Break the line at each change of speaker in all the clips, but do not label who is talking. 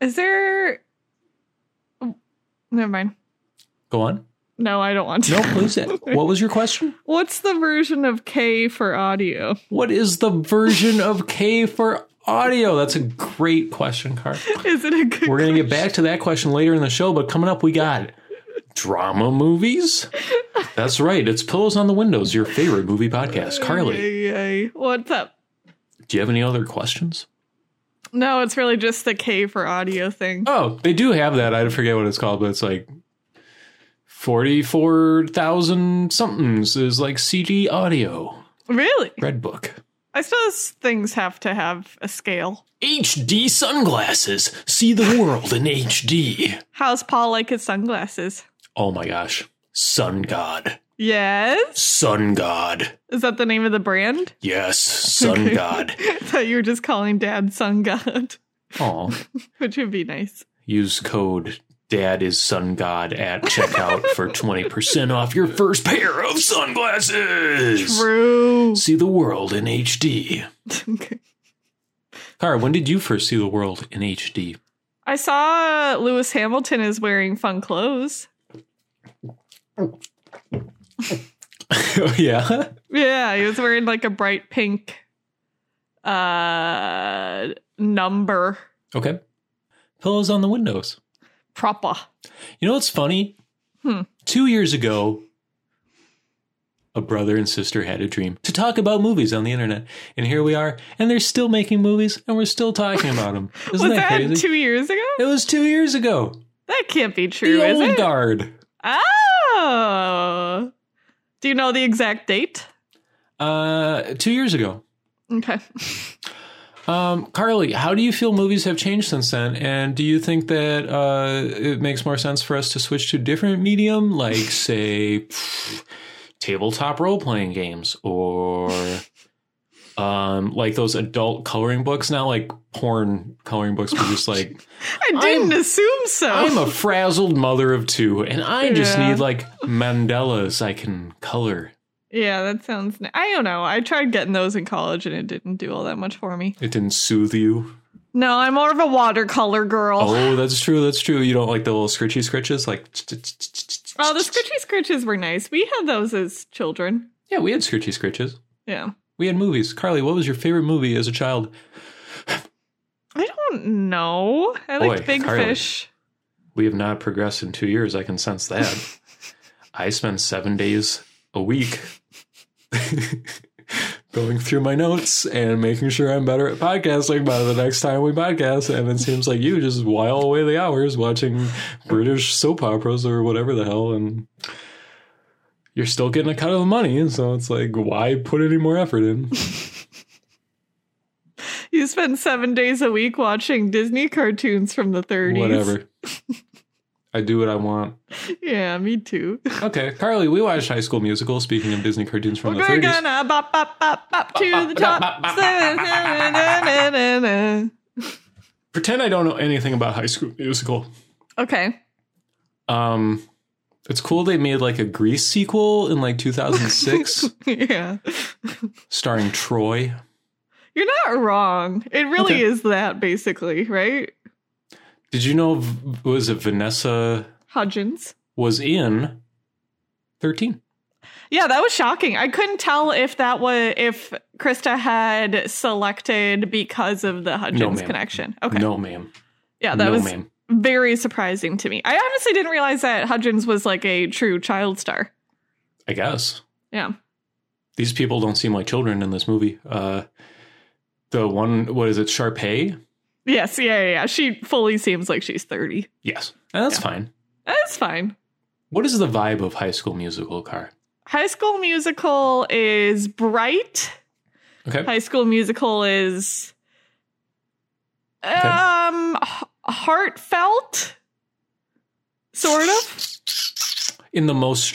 Is there? oh, Never mind.
Go on.
No, I don't want to.
No, please. what was your question?
What's the version of K for audio?
What is the version of K for audio? That's a great question, Carl.
Is it a good?
We're going to get back to that question later in the show, but coming up, we got drama movies. That's right. It's Pillows on the Windows, your favorite movie podcast. Carly,
Yay, yay. What's up?
do you have any other questions?
No, it's really just the K for audio thing.
Oh, they do have that. I forget what it's called, but it's like 44,000 somethings is like CD audio,
Really?
Red Book.
I suppose things have to have a scale.
HD sunglasses. See the world in HD.
How's Paul like his sunglasses?
Oh my gosh. Sun God.
Yes.
Sun God.
Is that the name of the brand?
Yes, Sun
Okay.
God.
I thought you were just calling Dad Sun God,
Oh,
which would be nice.
use code Dad is Sun God at checkout for 20% off your first pair of sunglasses.
True.
See the world in HD.
Okay.
Cara, when did you first see the world in HD?
I saw uh, Lewis Hamilton is wearing fun clothes.
yeah.
Yeah, he was wearing like a bright pink uh number
Okay. Pillows on the windows.
proper.
You know what's funny?
Hmm.
Two years ago, a brother and sister had a dream to talk about movies on the internet, and here we are, and they're still making movies, and we're still talking about them. Isn't
was that,
that, crazy?
two years ago?
it was two years ago.
That can't be true,
the
is
old
it?
guard.
Oh. Do you know the exact date?
Uh, two years ago.
Okay.
Um, Carly, how do you feel movies have changed since then? And do you think that uh, it makes more sense for us to switch to different medium, like say pff, tabletop role playing games, or um, like those adult coloring books, not like porn coloring books, but just like
I didn't assume so.
I'm a frazzled mother of two, and I just
Yeah.
need like mandalas I can color.
yeah, that sounds. Ni- I don't know. I tried getting those in college and it didn't do all that much for me.
It didn't soothe you.
No, I'm more of a watercolor girl. Oh,
Oh, that's true. That's true. You don't like the little scritchy scritches, like.
Oh, the scritchy scritches were nice. We had those as children.
Yeah, we had Scritchy Scritches.
Yeah.
We had movies. Carly, what was your favorite movie as a child?
I don't know. I liked
Boy,
Big
Carly.
Fish.
We have not progressed in two years. I can sense that. I spend seven days a week going through my notes and making sure I'm better at podcasting by the next time we podcast. And it seems like you just while away the hours watching British soap operas or whatever the hell. And you're still getting a cut of the money. So it's like, why put any more effort in?
You spent seven days a week watching Disney cartoons from the 30s.
Whatever. I do what I want.
Yeah, me too.
Okay, Carly, we watched High School Musical. Speaking of Disney cartoons from the
We're
30s,
gonna bop, bop, bop, bop to the top.
pretend I don't know anything about High School Musical.
okay.
Um, it's cool they made like a Grease sequel in like 2006,
Yeah.
starring Troy.
You're not wrong. It really
Okay.
is that, basically, right?
Did you know v- was it Vanessa
Hudgens.
was in 13?
Yeah, that was shocking. I couldn't tell if that was if Krista had selected because of the Hudgens
ma'am.
connection. Okay.
No, ma'am.
yeah, that
no,
was
ma'am.
very surprising to me. I honestly didn't realize that Hudgens was like a true child star.
I guess
Yeah.
these people don't seem like children in this movie. Uh, the one, what is it, Sharpay?
Yes, yeah, yeah, yeah. She fully seems like she's 30.
Yes, and that's
Yeah.
fine.
That's fine.
What is the vibe of High School Musical, Car?
High School Musical is bright.
Okay.
High School Musical is um h- heartfelt sort of.
in the most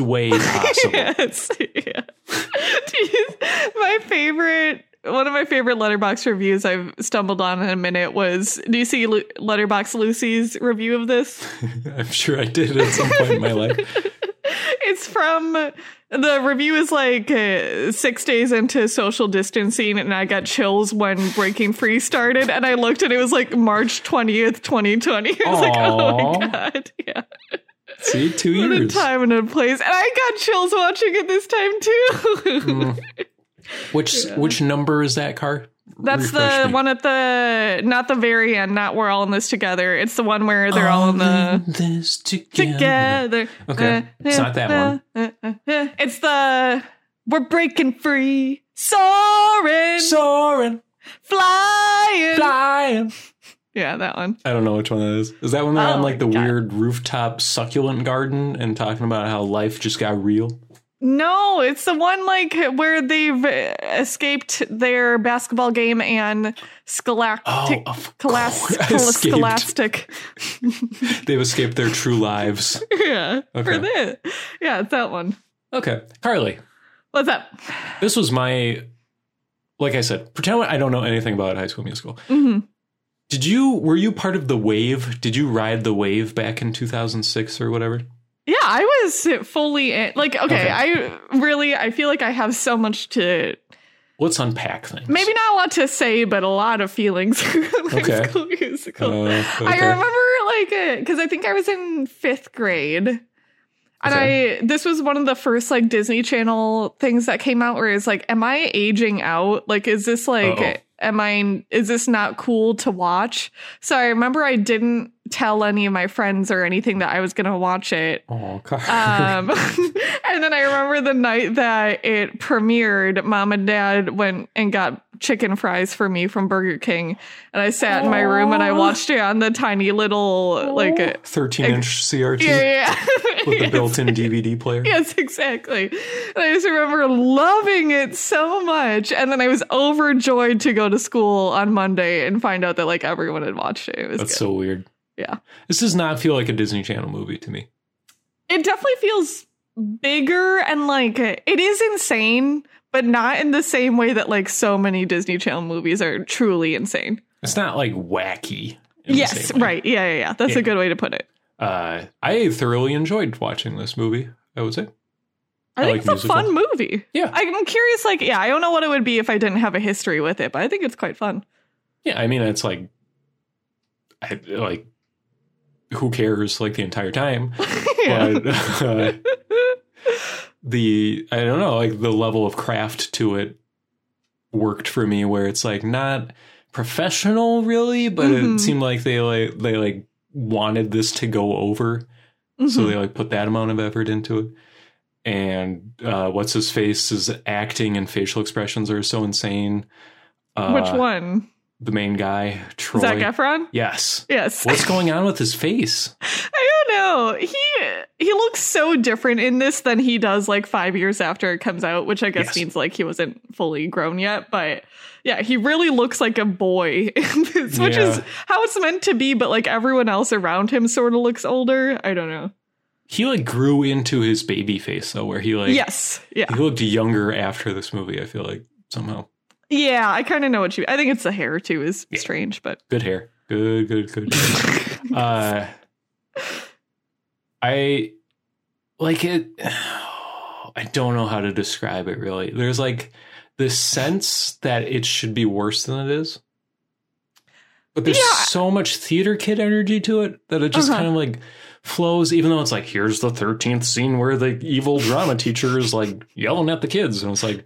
way possible.
yes. Yeah. Jeez. my favorite one of my favorite letterbox reviews I've stumbled on in a minute was do you see Lu- letterbox Lucy's review of this?
I'm sure I did at some point in my life.
it's from from the review is like uh, six days into social distancing, and I got chills when Breaking Free started, and I looked and it was like March twentieth, twenty twenty. I was like, oh my
Aw.
god, yeah,
See, two
what a
years.
time and a place, and I got chills watching it this time too.
Which which number is that car?
That's
Refresh
the
me.
one at the not the very end, not we're all in this together. It's the one where they're all in the
this together.
together.
Okay. It's not that one.
one. It's the we're breaking free, soaring,
Soaring,
flying.
flying.
Yeah, that one.
I don't know which one that is. Is that when they're
Oh
on like the
my God.
weird rooftop succulent garden and talking about how life just got real?
No, it's the one like where they've uh, escaped their basketball game and
Oh,
scholastic.
of
Colas-
course. Escaped.
scholastic.
They've escaped their true lives.
yeah,
Okay.
for this. Yeah, it's that one.
Okay, Carly,
What's up?
this was my. Like I said, pretend I don't know anything about High School Musical.
hmm
Did you were you part of the wave? Did you ride the wave back in 2006 or whatever?
Yeah, I was fully in. Like, okay,
Okay.
I really, I feel like I have so much to,
Let's unpack things.
maybe not a lot to say, but a lot of feelings. High
Okay.
School musical.
Uh,
I
okay.
remember like because I think I was in fifth grade, and I this was one of the first like Disney Channel things that came out where it's like, am I aging out? Like, is this like,
Uh-oh.
am I? Is this not cool to watch? So I remember I didn't tell any of my friends or anything that I was gonna watch it.
Oh, Carly.
Um, and then I remember the night that it premiered, mom and dad went and got chicken fries for me from Burger King. And I sat in my room and I
Aw.
watched it on the tiny little, like, a,
13 inch CRT
yeah,
with the
yeah.
built in DVD player.
Yes, exactly. And I just remember loving it so much. And then I was overjoyed to go to school on Monday and find out that like everyone had watched it. It was
That's
good.
so weird.
Yeah.
This does not feel like a Disney Channel movie to me.
it definitely feels bigger and like it is insane but not in the same way that like so many disney channel movies are truly insane
It's not like wacky. in the
yes
same way.
right yeah yeah yeah that's
Yeah.
a good way to put it
Uh, I thoroughly enjoyed watching this movie, I would say.
i,
I
think
like
it's a
musicals.
fun movie
Yeah.
i'm curious like yeah i don't know what it would be if i didn't have a history with it but i think it's quite fun
Yeah, I mean, it's like, I, like, who cares, like, the entire time.
yeah.
But uh, the, I don't know, like, the level of craft to it worked for me where it's like not professional really, but it
Mhm.
seemed like they like, they like wanted this to go over. so
Mhm.
they like put that amount of effort into it and uh what's his face is acting and facial expressions are so insane uh,
which one
the main guy troy
zach efron
yes
yes
what's going on with his face
I don't know. He he looks so different in this than he does like five years after it comes out, which I guess
Yes.
means like he wasn't fully grown yet. But yeah, he really looks like a boy in this, which is
Yeah.
how it's meant to be. But like everyone else around him sort of looks older. I don't know.
he like grew into his baby face though where he like
yes. Yeah.
he looked younger after this movie i feel like somehow
Yeah. I kind of know what you. I think it's the hair too is
Yeah.
strange, but
good hair good good good uh i like it i don't know how to describe it really there's like this sense that it should be worse than it is but there's
Yeah.
so much theater kid energy to it that it just
Uh-huh.
kind of like flows even though it's like here's the 13th scene where the evil drama teacher is like yelling at the kids and it's like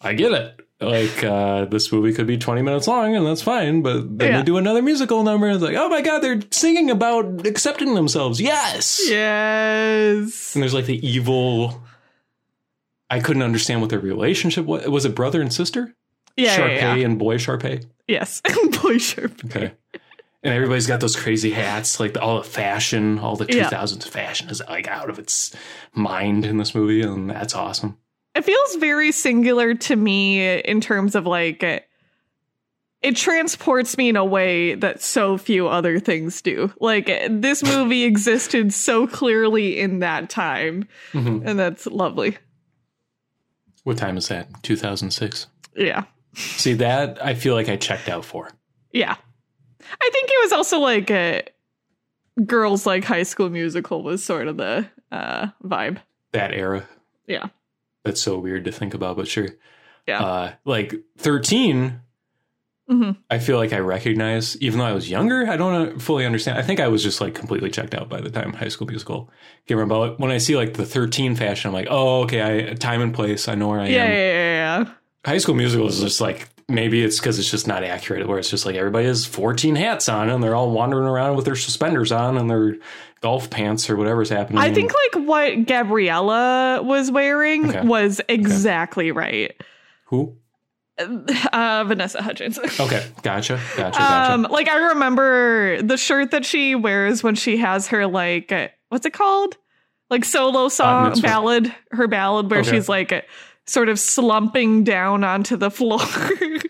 i get it like uh this movie could be 20 minutes long and that's fine but then
Yeah.
they do another musical number and it's like oh my god they're singing about accepting themselves yes
yes.
and there's like the evil i couldn't understand what their relationship was was it brother and sister
Yeah. yeah,
Sharpay
yeah.
and boy Sharpay.
Yes. Boy Sharp.
Okay. And everybody's got those crazy hats, like the, all the fashion, all the
Yeah.
2000s fashion is like out of its mind in this movie, and that's awesome.
it feels very singular to me in terms of like it, it transports me in a way that so few other things do like this movie existed so clearly in that time
Mhm.
and that's lovely
What time is that? 2006.
yeah
See, that I feel like I checked out for.
yeah i think it was also like a girls like high school musical was sort of the uh vibe
that era.
Yeah.
That's so weird to think about, but sure.
Yeah.
Uh, like 13,
hmm
I feel like I recognize, even though I was younger, I don't uh, fully understand. I think I was just like completely checked out by the time High School Musical came around. But when I see like the 13 fashion, I'm like, oh, okay, I time and place, I know where I
Yeah,
am.
yeah, yeah, yeah.
High School Musical is just like maybe it's because it's just not accurate, where it's just like everybody has 14 hats on and they're all wandering around with their suspenders on and their golf pants or whatever's happening.
I think like what Gabriella was wearing
Okay.
was exactly right.
who?
Uh, Vanessa Hudgens.
Okay, gotcha, gotcha, gotcha.
Um, like I remember the shirt that she wears when she has her like uh, what's it called? Like solo song
mitzvah.
ballad, her ballad where
Uh, Okay.
she's like uh, sort of slumping down onto the floor.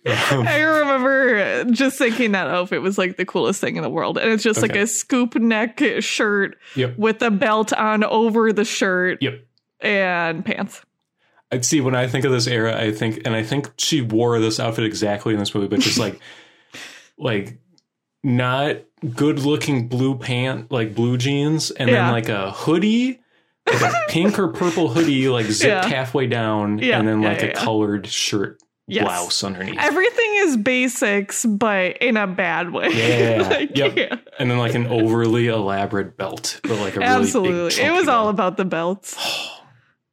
Uh-huh.
I remember just thinking that outfit was like the coolest thing in the world, and it's just like
Okay.
a scoop neck shirt
yep,
with a belt on over the shirt
yep.
and pants.
I'd see when I think of this era, I think, and I think she wore this outfit exactly in this movie, but just like, like not good looking blue pant, like blue jeans, and
Yeah.
then like a hoodie, like a pink or purple hoodie, like zipped
Yeah.
halfway down,
Yeah,
and then
yeah,
like
yeah,
a
yeah.
colored shirt
Yes.
blouse underneath,
Everything is basics, but in a bad way.
Yeah.
Like,
Yep.
yeah.
and then like an overly elaborate belt, but like a really Big
Absolutely.
chunky
It was all
one.
about the belts.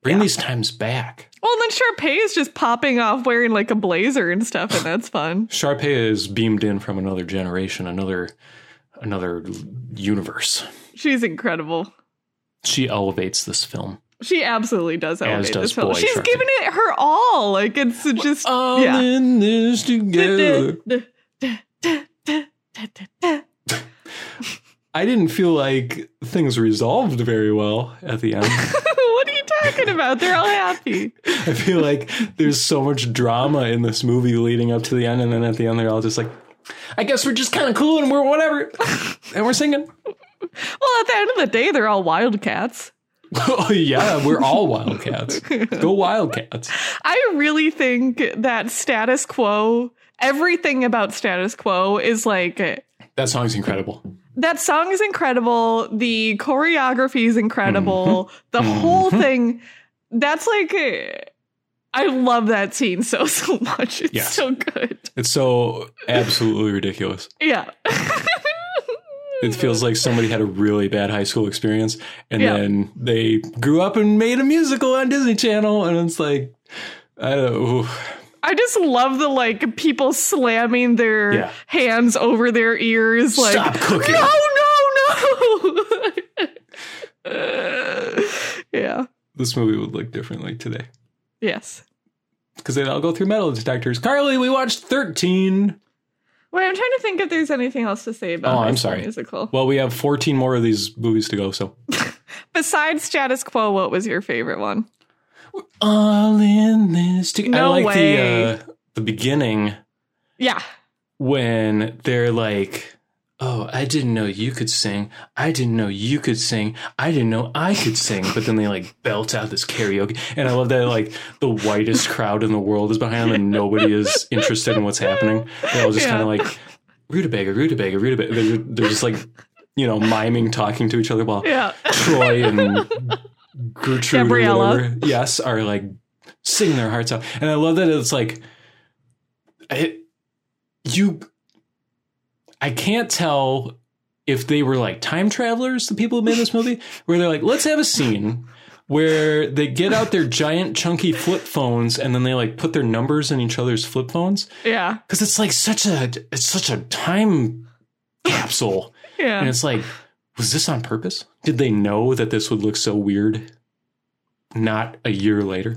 bring
yeah.
these times back.
Well, and then Sharpay is just popping off wearing like a blazer and stuff, and that's fun.
Sharpay is beamed in from another generation, another another universe.
She's incredible.
She elevates this film.
She absolutely does elevate
does
this film.
Boy
She's
Sharpay. Oh,
giving it her all. Like it's just
All
Yeah.
in this together. I didn't feel like things resolved very well at the end.
what are you talking about? They're all happy.
I feel like there's so much drama in this movie leading up to the end, and then at the end they're all just like, "I guess we're just kind of cool and we're whatever, and we're singing."
Well, at the end of the day, they're all wildcats.
oh yeah, we're all wildcats. Go wildcats.
I really think that status quo, everything about status quo is like
That song's incredible.
that song is incredible. The choreography is
Hmm.
incredible. The whole
Mhm.
thing, that's like, eh, I love that scene so, so much. It's
Yes.
so good.
It's so absolutely ridiculous.
Yeah.
It feels like somebody had a really bad high school experience and
Yeah.
then they grew up and made a musical on Disney Channel and it's like I don't know.
I just love the like people slamming their
Yeah.
hands over their ears. Like,
Stop cooking.
No, no, no. Uh, yeah.
This movie would look differently today
Yes.
because they'd all go through metal detectors. Carly, we watched 13.
Wait, I'm trying to think if there's anything else to say about
Oh,
High
I'm
School
sorry.
Musical.
Well, we have 14 more of these movies to go, so
Besides status quo, what was your favorite one?
all in this together. I
No
like
way.
the uh, the beginning
Yeah.
when they're like, "Oh, I didn't know you could sing. I didn't know you could sing. I didn't know I could sing." But then they like belt out this karaoke, and I love that like the whitest crowd in the world is behind them, and nobody is interested in what's happening. They're all just
Yeah.
kind of like rutabaga, rutabaga, rutabaga. They're, they're just like you know miming, talking to each other while
Yeah.
Troy and Gertrude, or
Gabriella.
whatever, yes, are like singing their hearts out, and I love that it's like, I, you, I can't tell if they were like time travelers, the people who made this movie, where they're like, let's have a scene where they get out their giant chunky flip phones and then they like put their numbers in each other's flip phones
Yeah.
because it's like such a it's such a time capsule and
Yeah.
it's like, was this on purpose? Did they know that this would look so weird? Not a year later.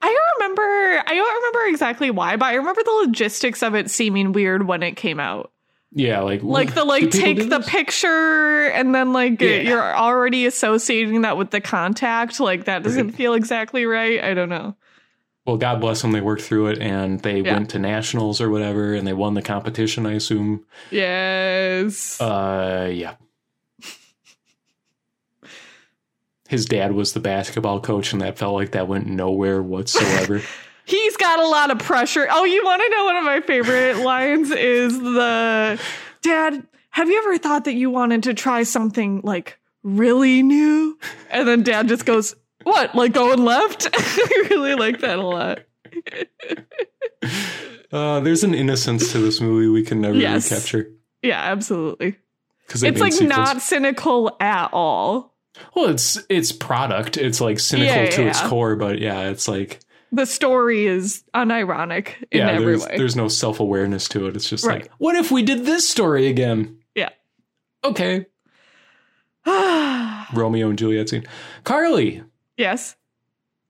I remember, I don't remember exactly why, but I remember the logistics of it seeming weird when it came out.
Yeah, like
Like the like take the
pic.
picture and then like
Yeah.
you're already associating that with the contact. Like that doesn't
Right.
feel exactly right. I don't know.
Well, God bless them. They worked through it and they
Yeah.
went to nationals or whatever, and they won the competition. I assume.
Yes.
Uh, yeah. His dad was the basketball coach, and that felt like that went nowhere whatsoever.
He's got a lot of pressure. Oh, you want to know one of my favorite lines is the Dad, have you ever thought that you wanted to try something like really new? And then dad just goes, what? Like going left? I really like that a lot.
Uh, there's an innocence to this movie we can never
Yes.
recapture
Yeah, absolutely.
because
It's like not cynical at all.
Well, it's it's product. It's like cynical
Yeah,
to its
yeah.
core, but yeah, it's like
The story is unironic in
yeah,
every
there's
way.
there's no self awareness to it. It's just
Right.
like, what if we did this story again?
Yeah.
Okay, Romeo and Juliet scene. Carly,
yes.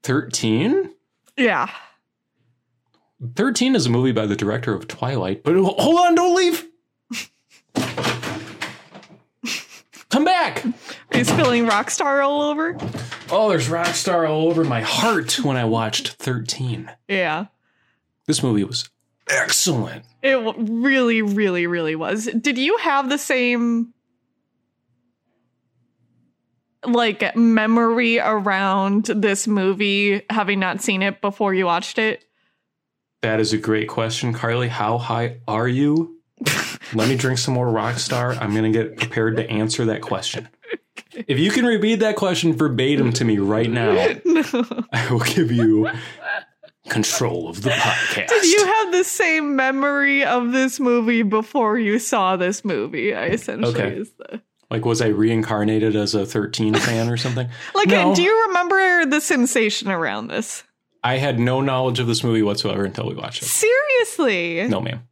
thirteen.
Yeah.
13 is a movie by the director of Twilight. But ho- hold on, don't leave. Come back.
Are you spilling Rockstar all over?
Oh, there's Rockstar all over my heart when I watched 13.
Yeah.
This movie was excellent.
It w- really, really, really was. Did you have the same like memory around this movie, having not seen it before you watched it?
That is a great question, Carly. How high are you? Let me drink some more Rockstar. I'm going to get prepared to answer that question. If you can repeat that question verbatim to me right now,
No.
I will give you control of the podcast.
Did you have the same memory of this movie before you saw this movie? I essentially
Okay.
is the
Like, was I reincarnated as a 13 fan or something?
like.
No.
Do you remember the sensation around this?
I had no knowledge of this movie whatsoever until we watched it.
Seriously,
No, ma'am.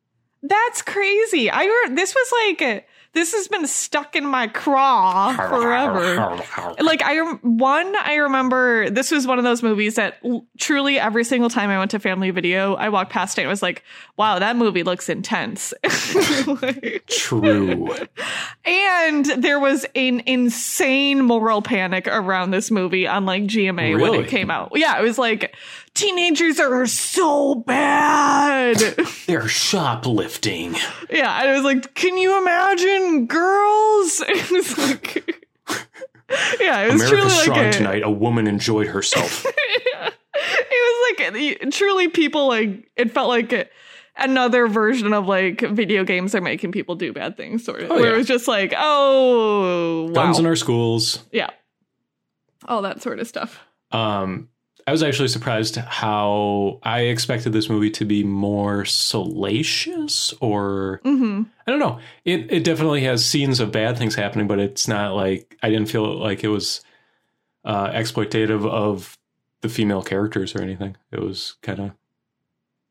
That's crazy. I re- this was like uh, this has been stuck in my craw forever. Like I rem- one I remember this was one of those movies that l- truly every single time I went to Family Video, I walked past it and was like, "Wow, that movie looks intense." Like,
True.
and there was an insane moral panic around this movie on like GMA when
Really?
it came out. Yeah, it was like teenagers are so bad.
They're shoplifting.
Yeah, I was like, can you imagine girls? It was like, yeah, it was
America's
truly
strong
like, a,
tonight. A woman enjoyed herself.
it was like the- truly people like it felt like a- another version of like video games are making people do bad things, sort of.
Oh,
where
yeah.
it was just like, oh, wow,
Guns in our schools.
yeah, all that sort of stuff.
Um, I was actually surprised how I expected this movie to be more salacious or
hmm
I don't know. It it definitely has scenes of bad things happening, but it's not like I didn't feel like it was uh, exploitative of the female characters or anything. It was kind of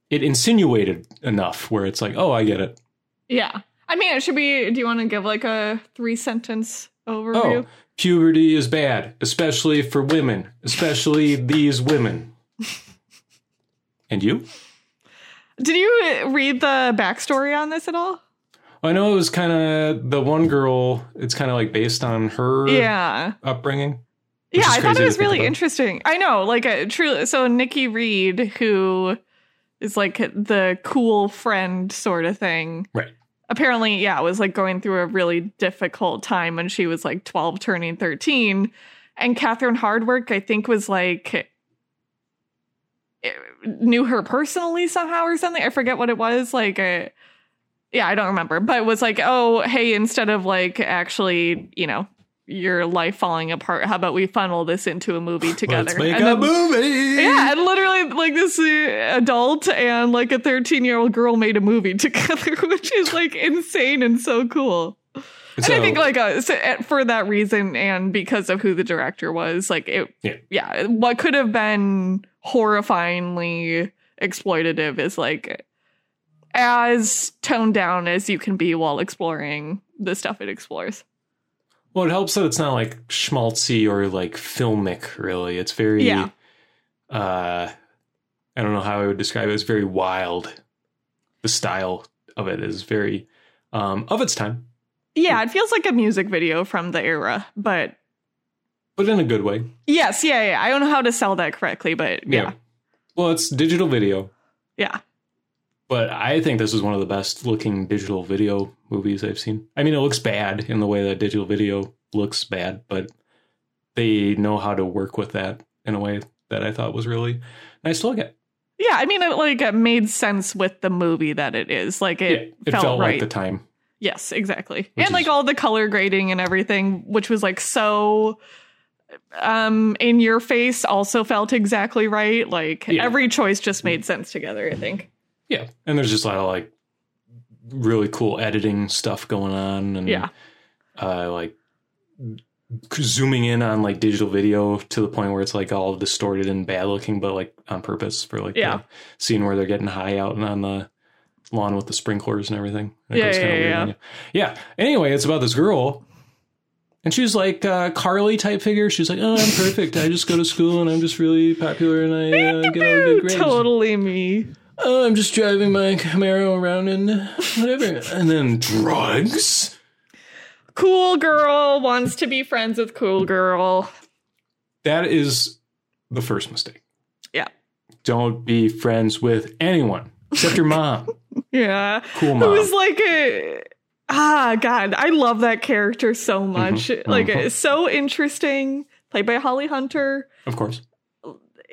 it insinuated enough where it's like, oh, I get it.
Yeah, I mean, it should be. Do you want to give like a three sentence overview?
Oh, puberty is bad, especially for women, especially these women. and you?
Did you read the backstory on this at all?
I know it was kind of the one girl. It's kind of like based on her
Yeah.
upbringing. Which
yeah,
is
I thought
crazy
it
to
was
think
really
about.
interesting. I know, like a true. So Nikki Reed, who is like the cool friend sort of thing,
Right.
Apparently, yeah, was like going through a really difficult time when she was like twelve, turning thirteen, and Catherine Hardwork, I think, was like knew her personally somehow or something. I forget what it was. Like, uh yeah, I don't remember, but was like, oh, hey, instead of like actually, you know, your life falling apart, how about we funnel this into a movie together?
Let's make
And
a
then-
movie.
yeah, and literally, like this uh, adult and like a thirteen-year-old girl made a movie together, which is like insane and so cool. And I
So-
think like uh, so, uh, for that reason and because of who the director was, like it,
Yeah.
what could have been horrifyingly exploitative is like as toned down as you can be while exploring the stuff it explores.
Well, it helps that it's not like schmaltzy or like filmic, really. It's very,
Yeah.
uh, I don't know how I would describe it. It's very wild. The style of it is very um, of its time,
Yeah, it feels like a music video from the era, but
but in a good way.
yes, yeah, yeah. I don't know how to sell that correctly, but yeah,
Well, it's digital video,
yeah.
but I think this is one of the best looking digital video movies I've seen. I mean, it looks bad in the way that digital video looks bad, but they know how to work with that in a way that I thought was really nice to look at.
Yeah, I mean, it like it made sense with the movie that it is. Like it,
it
felt,
felt,
right.
like the time.
Yes, exactly.
Which
and like
is-
all the color grading and everything, which was like so um in your face also felt exactly right like
Yeah.
every choice just made sense together i think
Yeah, and there's just a lot of like really cool editing stuff going on, and
Yeah.
uh, like zooming in on like digital video to the point where it's like all distorted and bad looking, but like on purpose for like
Yeah.
the scene where they're getting high out and on the lawn with the sprinklers and everything. It
Yeah,
goes
yeah,
kinda
yeah,
weird
yeah.
on you. yeah. Anyway, it's about this girl. And she's like uh, Carly type figure. She's like, oh, I'm perfect. I just go to school and I'm just really popular and I uh, get all good grades.
totally me
Oh, I'm just driving my Camaro around and whatever. and then drugs?
cool girl wants to be friends with cool girl
That is the first mistake.
Yeah.
Don't be friends with anyone except your mom.
yeah
Cool
It
mom.
was like a ah god, I love that character
Mm-hmm.
so much. Like
mhm.
it's so interesting, played by Holly Hunter.
of course.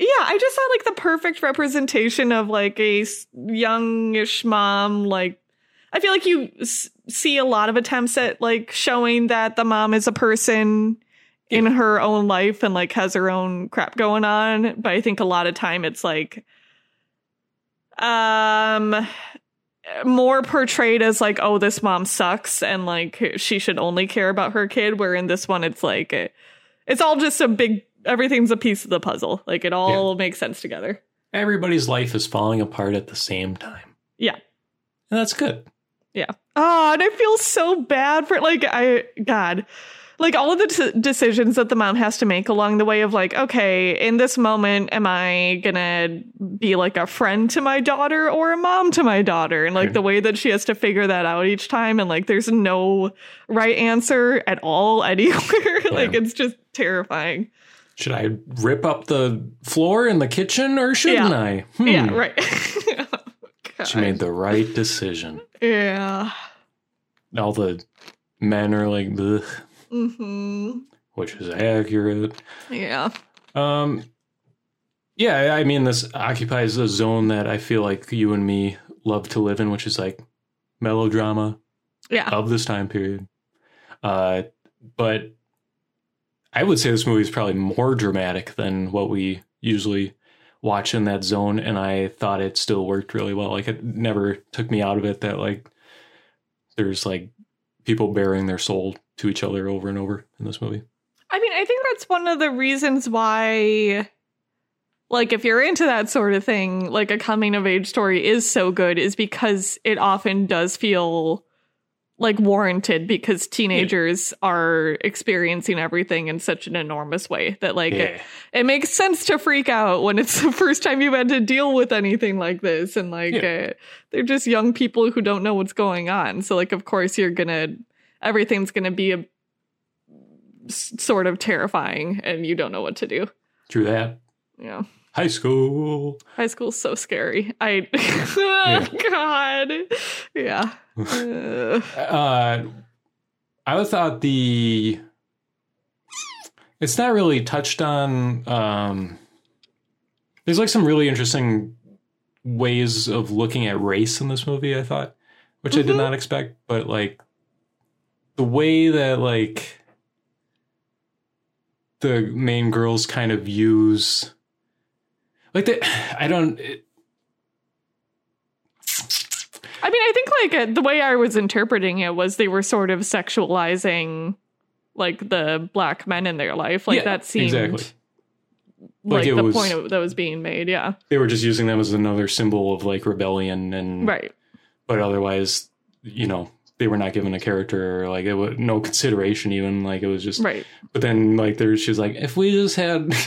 Yeah, I just saw like the perfect representation of like a s- youngish mom. Like I feel like you s- see a lot of attempts at like showing that the mom is a person in her own life and like has her own crap going on, but I think a lot of time it's like um more portrayed as like oh this mom sucks and like she should only care about her kid where in this one it's like it, it's all just a big everything's a piece of the puzzle like it all makes sense together
Everybody's life is falling apart at the same time.
Yeah.
And that's good.
Oh, and I feel so bad for like I God, like all of the t- decisions that the mom has to make along the way of like, okay, in this moment, am I gonna be like a friend to my daughter or a mom to my daughter, and like
Mhm.
the way that she has to figure that out each time, and like there's no right answer at all anywhere. like
Yeah.
it's just terrifying.
Should I rip up the floor in the kitchen or shouldn't
Yeah.
I? Hmm.
Yeah, right. Oh, God.
She made the right decision.
yeah.
All the men are like, "Bleh,"
Hmm.
which is accurate.
Yeah.
Um, yeah, I- I mean, this occupies a zone that I feel like you and me love to live in, which is like melodrama
Yeah.
of this time period. Uh, but I would say this movie is probably more dramatic than what we usually watch in that zone, and I thought it still worked really well. Like, it never took me out of it that like there's like people bearing their soul to each other over and over in this movie.
I mean, I think that's one of the reasons why, like, if you're into that sort of thing, like a coming of age story is so good, is because it often does feel like warranted because teenagers are experiencing everything in such an enormous way that, like, it, it makes sense to freak out when it's the first time you've had to deal with anything like this. And, like, uh, they're just young people who don't know what's going on. So, like, of course, you're gonna, everything's gonna be a s- sort of terrifying and you don't know what to do.
Drew that.
Yeah.
High school.
High school's so scary. I God. Yeah. Uh,
uh, I would thought the it's not really touched on. Um, there's like some really interesting ways of looking at race in this movie. I thought, which I did
Mhm.
not expect, but like the way that like the main girls kind of use like they, I don't. It,
I mean, I think like uh, the way I was interpreting it was they were sort of sexualizing like the black men in their life. Like
Yeah,
that seemed
exactly.
like,
Like, it
the
was-
point of, that was being made. Yeah.
They were just using them as another symbol of like rebellion and
Right.
but otherwise, you know, they were not given a character or like it was no consideration even like it was just.
Right.
But then like there, she's like, if we just had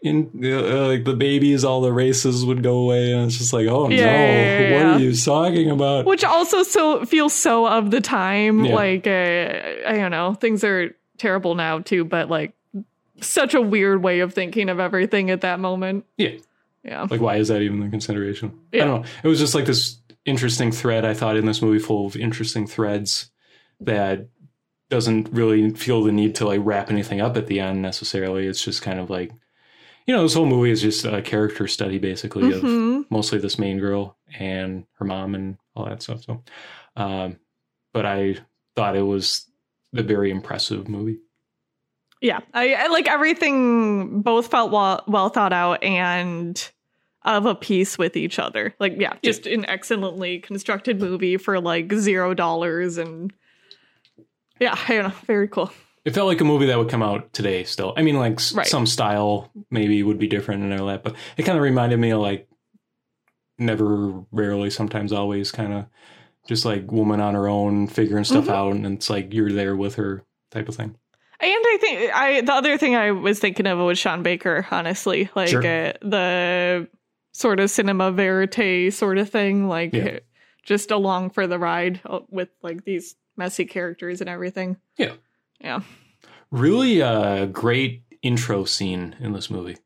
in uh, like the babies, all the races would go away, and it's just like, oh
Yeah,
no,
yeah, yeah,
what
yeah.
are you talking about?
which also so feels so of the time
Uh, Yeah.
like uh, i don't know things are terrible now too but like such a weird way of thinking of everything at that moment
Yeah.
yeah
Like, why is that even the consideration?
Yeah.
I don't know. It was just like this interesting thread I thought in this movie, full of interesting threads that doesn't really feel the need to like wrap anything up at the end necessarily. It's just kind of like, you know, this whole movie is just a character study basically of
Mhm.
mostly this main girl and her mom and all that stuff. So, um, but I thought it was a very impressive movie.
yeah I, I like everything both felt well, well thought out and of a piece with each other like yeah just an excellently constructed movie for like zero dollars and yeah i don't know very cool
It felt like a movie that would come out today still. I mean, like s-
Right.
some style maybe would be different and all that, but it kind of reminded me of like never, rarely, sometimes, always kind of just like woman on her own figuring stuff
Mhm.
out. And it's like you're there with her type of thing.
And I think I the other thing I was thinking of was Sean Baker, honestly, like
Sure.
uh, the sort of cinema verite sort of thing, like
Yeah.
just along for the ride uh, with like these messy characters and everything.
Really uh, great intro scene in this movie.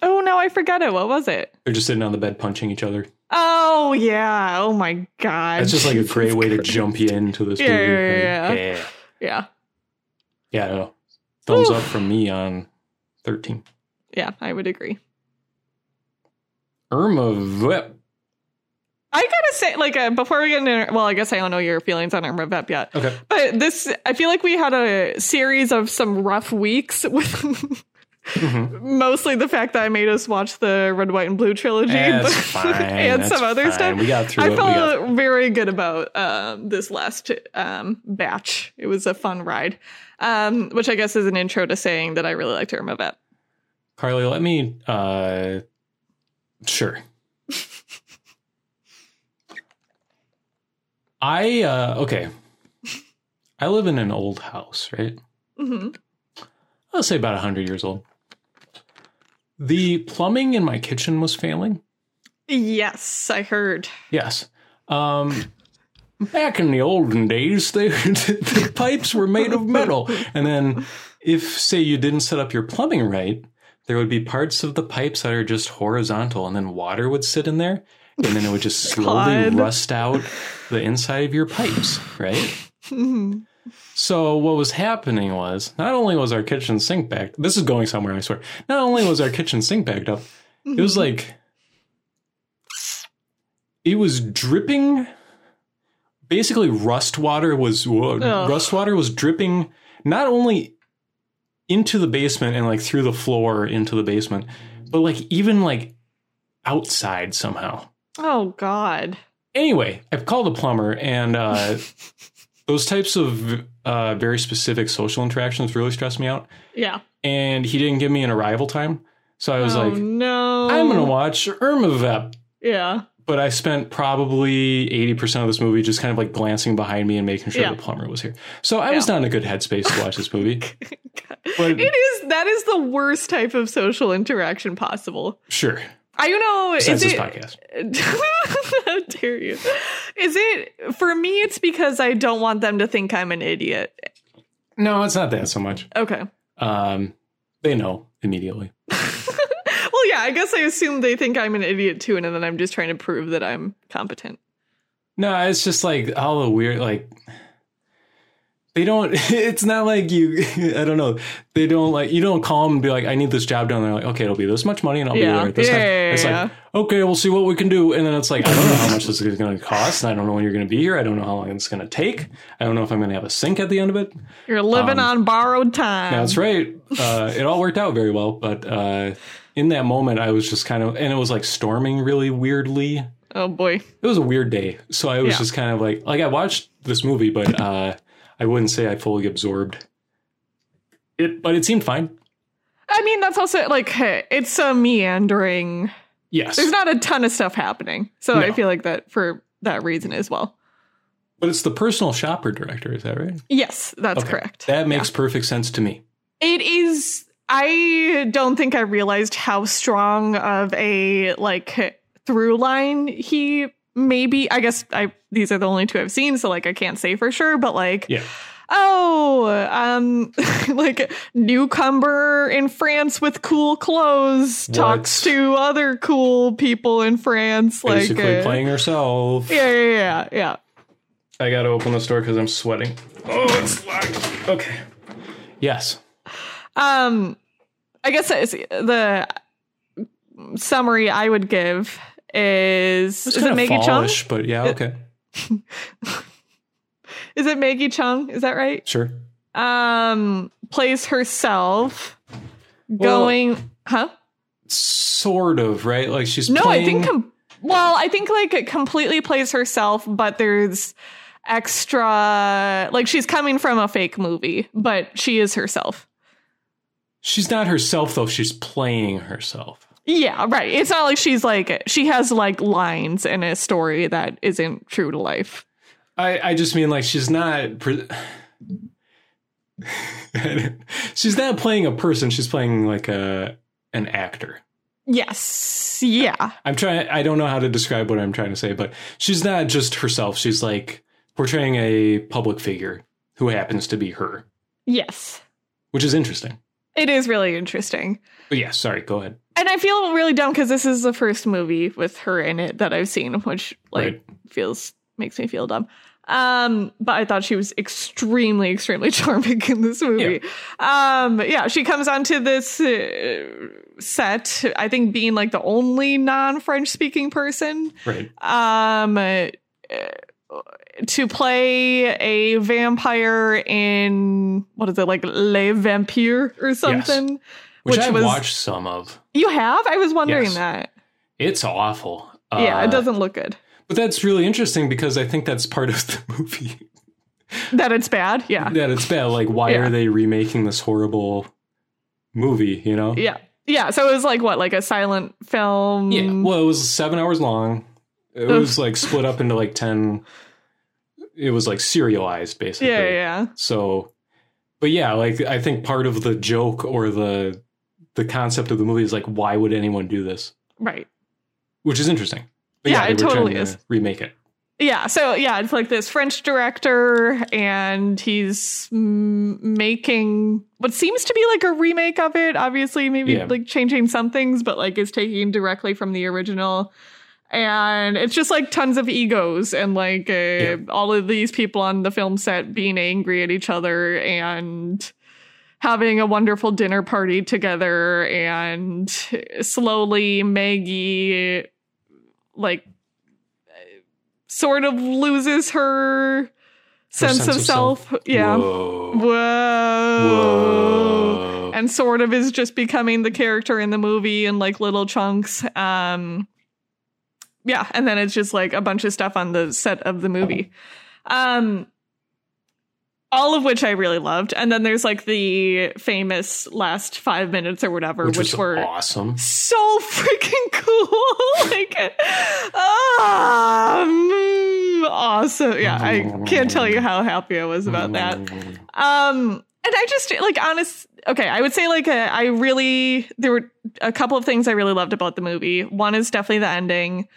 Oh no, I forgot it. What was it?
They're just sitting on the bed punching each other.
Oh yeah. Oh my god.
That's just like a great
Jesus
way to
Christ.
jump you into this
Yeah,
movie.
yeah, yeah.
yeah. yeah.
Yeah,
Yeah, I know. Thumbs
Oof.
up from me on 13.
yeah, I would agree.
Irma Vep.
I gotta say, like, uh, before we get into, well, I guess I don't know your feelings on Irma Vep yet,
Okay.
but this, I feel like we had a series of some rough weeks with
Mhm.
mostly the fact that I made us watch the Red, White, and Blue trilogy
That's
but-
fine.
and
that's
some other
fine.
stuff.
We got through
I
it. We got
felt very good about um, this last um, batch. It was a fun ride, um, which I guess is an intro to saying that I really liked Irma Vep.
Carly, let me. Uh, sure. I uh, okay. I live in an old house, right?
hmm
I'll say about hundred years old. The plumbing in my kitchen was failing.
Yes, I heard.
Yes. Um, back in the olden days, they, the pipes were made of metal. And then, if, say, you didn't set up your plumbing right, there would be parts of the pipes that are just horizontal, and then water would sit in there, and then it would just slowly
God.
rust out the inside of your pipes, right?
Mhm.
So what was happening was not only was our kitchen sink backed. This is going somewhere, I swear. Not only was our kitchen sink backed up, it was like it was dripping. Basically, rust water was wa-
Ugh.
rust water was dripping not only into the basement and like through the floor into the basement, but like even like outside somehow
Oh God.
anyway, I've called a plumber, and uh, those types of uh, very specific social interactions really stress me out.
Yeah.
And he didn't give me an arrival time, so I was
oh
like,
no.
"I'm gonna watch Irma Vep."
Yeah.
But I spent probably eighty percent of this movie just kind of like glancing behind me and making sure
Yeah.
the plumber was here. So I was not in a good headspace to watch this movie. But
It is that is the worst type of social interaction possible.
sure,
I don't know.
besides
is
this
it,
podcast,
How dare you? Is it for me? It's because I don't want them to think I'm an idiot.
no, it's not that so much.
Okay.
Um, they know immediately.
Well, yeah, I guess I assume they think I'm an idiot too, and then I'm just trying to prove that I'm competent.
No, it's just like all the weird like they don't it's not like you I don't know. They don't like you don't call them and be like, I need this job done. They're like, okay, it'll be this much money and I'll be
yeah.
there at this
yeah,
time.
yeah,
It's
yeah,
like, okay, we'll see what we can do. And then it's like, I don't know how much this is gonna cost, and I don't know when you're gonna be here, I don't know how long it's gonna take. I don't know if I'm gonna have a sink at the end of it.
yeah. You're living
um,
on borrowed time.
That's right. Uh, it all worked out very well, but uh, in that moment I was just kind of and it was like storming really weirdly
Oh boy.
it was a weird day so i was
Yeah.
just kind of like like i watched this movie but uh i wouldn't say i fully absorbed it but it seemed fine
I mean, that's also like hey, it's a meandering.
yes
There's not a ton of stuff happening, so I
No.
feel like that for that reason as well.
but it's the personal shopper director is that right
Yes, that's
Okay.
correct.
that makes perfect sense to me
It is. I don't think I realized how strong of a like through line he maybe. I guess I these are the only two I've seen, so like I can't say for sure, but like
yeah
oh, um, like newcomer in France with cool clothes talks
What?
to other cool people in France, like
basically
uh,
playing herself
yeah, yeah, yeah, yeah.
i gotta open this door because i'm sweating oh it's locked okay yes
um i guess it's- the summary i would give is is
it's
it
kind of
maggie chung
fallish but yeah okay
is it maggie chung is that right
sure
um plays herself
Well-
going huh?
Sort of, right? Like she's
No,
playing,
I think com- well, I think like it completely plays herself, but there's extra like she's coming from a fake movie, but she is herself.
she's not herself though. She's playing herself.
Yeah, right. It's not like she's like she has like lines in a story that isn't true to life.
I, I just mean like she's not. Pre- she's not playing a person. She's playing like a an actor.
Yes. Yeah.
I'm trying. I don't know how to describe what I'm trying to say, but she's not just herself. She's like portraying a public figure who happens to be her,
Yes.
which is interesting.
It is really interesting.
But yeah, sorry. Go ahead.
And I feel really dumb because this is the first movie with her in it that I've seen, which like
Right.
feels makes me feel dumb. Um, but I thought she was extremely, extremely charming in this movie. Um, yeah, she comes onto this uh, set, I think being like the only non-French speaking person
Right.
um uh, to play a vampire in what is it like Les Vampires or something?
Which,
Which
I've
was-
watched some of.
You have? I was wondering
Yes.
that.
It's awful.
yeah,
Uh,
it doesn't look good.
But that's really interesting because I think that's part of the movie
That it's bad. Yeah.
that it's bad. Like, why
Yeah.
are they remaking this horrible movie? You know?
Yeah. Yeah. So it was like what, like a silent film?
Yeah. Mm. Well, it was seven hours long. It
Ugh.
was like split up into like ten. It was like serialized, basically.
yeah, yeah.
So, but yeah, like I think part of the joke or the the concept of the movie is like, why would anyone do this?
Right.
Which is interesting. But
Yeah,
they
it
were
totally
trying to
is.
Remake it.
Yeah, so yeah, it's like this French director, and he's mm, making what seems to be like a remake of it. Obviously, maybe
Yeah.
like changing some things, but like is taking directly from the original. And it's just like tons of egos and like uh,
Yeah.
all of these people on the film set being angry at each other and having a wonderful dinner party together. And slowly, Maggie like sort of loses her sense,
sense
of,
of
self. Yeah. Whoa.
Whoa. Whoa.
And sort of is just becoming the character in the movie in like little chunks. Um yeah, and then it's just like a bunch of stuff on the set of the movie. Um all of which I really loved. And then there's like the famous last five minutes or whatever, which,
which, was
were
awesome.
so freaking cool. like, um, awesome. Yeah, I can't tell you how happy I was about that.
Mm.
Um, and I just like honest. Okay, I would say like uh, I really there were a couple of things I really loved about the movie. One is definitely the ending.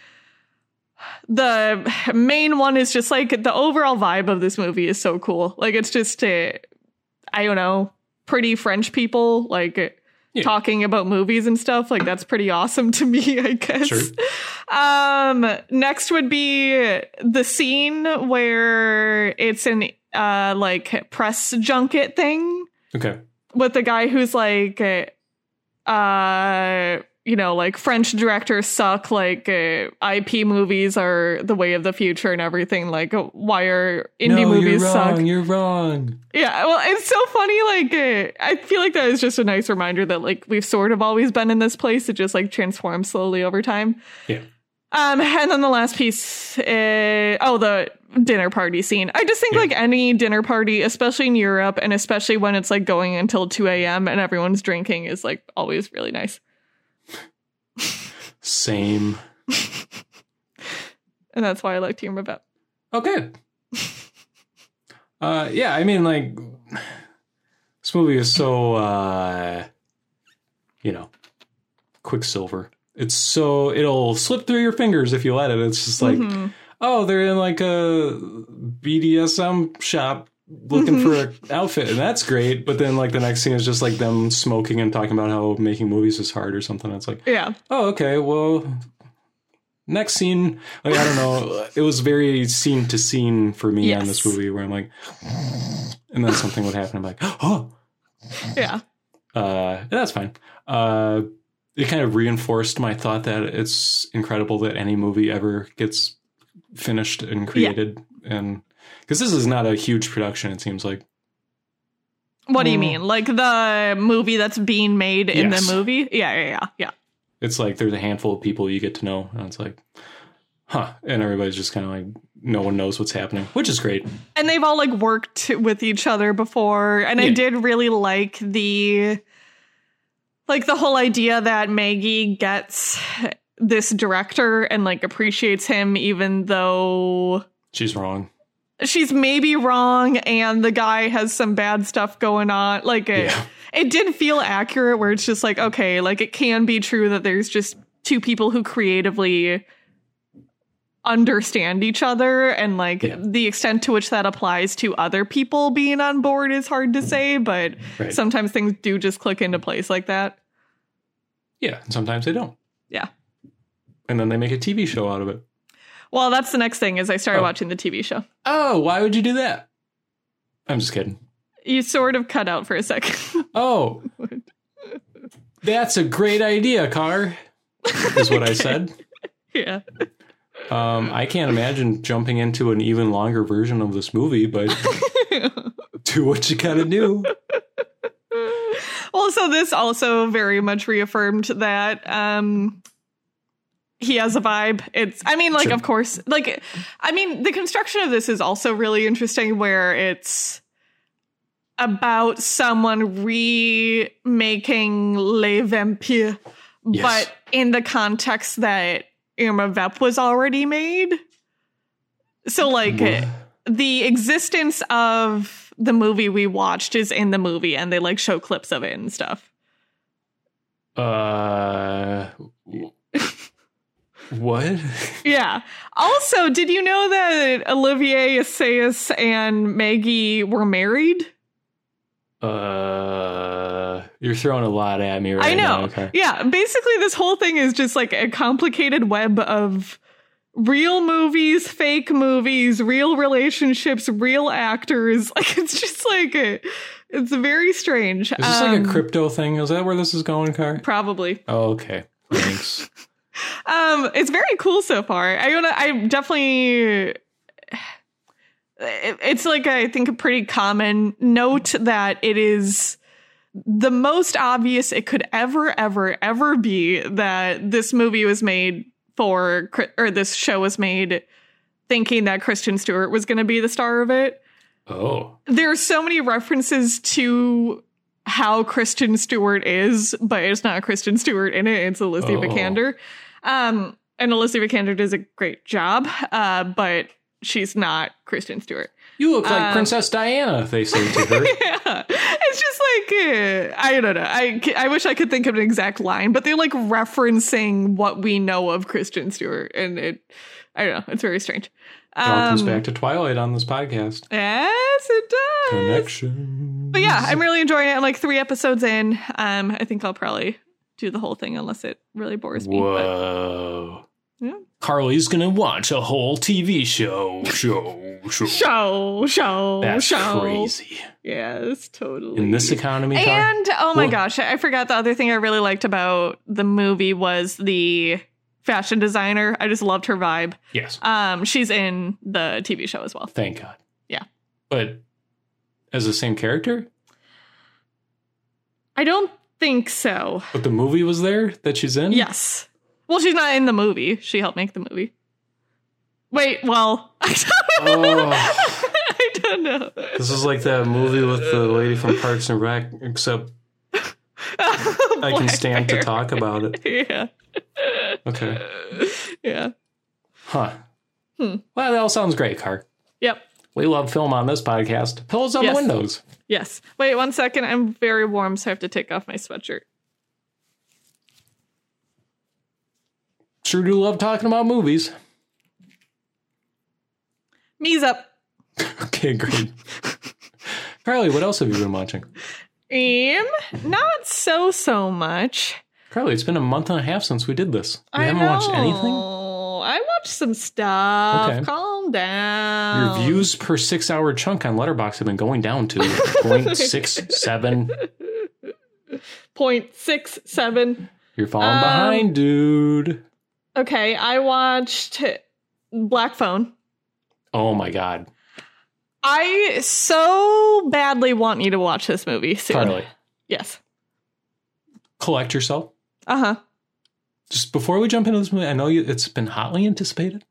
The main one is just like the overall vibe of this movie is so cool. Like it's just uh, I don't know, pretty French people like
Yeah.
talking about movies and stuff. Like that's pretty awesome to me, I guess.
Sure.
Um, next would be the scene where it's an uh like press junket thing
Okay.
with the guy who's like uh you know like french directors suck like uh, ip movies are the way of the future and everything like why are indie movies
you're wrong.
suck
You're wrong.
yeah, well, it's so funny. Like, uh, I feel like that is just a nice reminder that like we've sort of always been in this place. It just like transforms slowly over time.
Yeah.
Um, and then the last piece, uh, oh, the dinner party scene. I just think
Yeah.
like any dinner party, especially in Europe, and especially when it's like going until two a.m. and everyone's drinking, is like always really nice.
Same.
And that's why I like Team Rebel.
Oh, good. uh, yeah, I mean, like, this movie is so, uh, you know, Quicksilver. It's so, it'll slip through your fingers if you let it. It's just like,
Mhm.
oh, they're in like a BDSM shop looking for
Mm-hmm.
an outfit, and that's great. But then, like, the next thing is just like them smoking and talking about how making movies is hard or something. It's like,
yeah,
oh okay well next scene like i don't know it was very scene to scene for me on this
Yes.
movie where i'm like and then something would happen i'm like oh
yeah,
uh and that's fine uh it kind of reinforced my thought that it's incredible that any movie ever gets finished and created and because this is not a huge production it seems like
What do you mean? Like the movie that's being made in
Mm. Yes.
the movie? Yeah, yeah, yeah, yeah.
It's like there's a handful of people you get to know, and it's like, huh. And everybody's just kind of like, no one knows what's happening, which is great.
And they've all like worked with each other before, and I
Yeah.
did really like the like the whole idea that Maggie gets this director and like appreciates him even though
She's wrong.
she's maybe wrong and the guy has some bad stuff going on like it,
Yeah.
it did feel accurate where it's just like okay like it can be true that there's just two people who creatively understand each other and like
Yeah.
the extent to which that applies to other people being on board is hard to say but
Right.
sometimes things do just click into place like that
yeah. And sometimes they don't.
Yeah.
And then they make a TV show out of it.
well that's the next thing is i started
Oh.
watching the tv show
Oh, why would you do that? I'm just kidding.
you sort of cut out for a second
Oh, that's a great idea, Car. Is what I said.
yeah
Um, I can't imagine jumping into an even longer version of this movie, but do what you gotta do.
well, so this also very much reaffirmed that um he has a vibe. It's I mean, like,
Sure.
of course, like I mean, the construction of this is also really interesting where it's about someone remaking Les Vampires,
Yes.
but in the context that Irma Vep was already made. So like the existence of the movie we watched is in the movie and they like show clips of it and stuff.
Uh, what?
Yeah. Also, did you know that Olivier Assayas and Maggie were married?
Uh, you're throwing a lot at me right
I know.
now. Okay.
Yeah. Basically, this whole thing is just like a complicated web of real movies, fake movies, real relationships, real actors. Like, it's just like, a, it's very strange.
Is this like
Um,
a crypto thing? Is that where this is going, Car?
Probably.
Oh, okay. Thanks.
Um, it's very cool so far. I wanna, I definitely. It- It's like I think a pretty common note that it is the most obvious it could ever, ever, ever be that this movie was made for Chri- or this show was made thinking that Kristen Stewart was going to be the star of it
oh,
there are so many references to how Kristen Stewart is, but it's not Kristen Stewart in it. It's Alyssa
Oh.
Vikander. Um, and Alyssa Vikander does a great job, uh, but she's not Kristen Stewart.
you look like
Um,
Princess Diana. They say to her.
yeah. It's just like, uh, I don't know. I, ca- I wish I could think of an exact line, but they're like referencing what we know of Kristen Stewart. And it, I don't know. It's very strange.
It all comes
Um,
back to Twilight on this podcast.
Yes, it does.
Connection.
But yeah, I'm really enjoying it. I'm like three episodes in. Um, I think I'll probably do the whole thing unless it really bores me. But Hmm?
Whoa.
Yeah.
Carly's gonna watch a whole TV show. Show. Show.
show, show,
That's
show.
crazy.
Yes, totally.
In this economy, Car-
and oh my
Well-
gosh, I I forgot the other thing I really liked about the movie was the fashion designer. I just loved her vibe.
yes.
Um, she's in the TV show as well.
Thank God.
Yeah.
But as the same character,
I don't think so.
but the movie was there that she's in.
Yes. Well, she's not in the movie. She helped make the movie. Wait, well, I don't know.
Oh.
I don't know.
This is like that movie with the lady from Parks and Rec, except I can stand to talk about it.
Yeah.
Okay.
Yeah.
Huh.
Hmm.
Well, that all sounds great, Car.
Yep.
We love film on this podcast. Pillows on
Yes.
the windows.
Yes. Wait one second. I'm very warm, so I have to take off my sweatshirt.
Sure do love talking about movies.
Me's up.
Okay, great. Carly, what else have you been watching?
Um, not so so much.
Carly, it's been a month and a half since we did this. You
I
haven't watched anything?
know. I watched some stuff.
Okay.
Calm down.
Your views per six hour chunk on Letterboxd have been going down to 0.67.
Point six seven.
You're falling
Um,
behind, dude.
Okay, I watched Black Phone.
Oh my God.
I so badly want you to watch this movie soon.
Carly,
Yes.
collect yourself.
Uh huh.
Just before we jump into this movie, I know you, it's been hotly anticipated.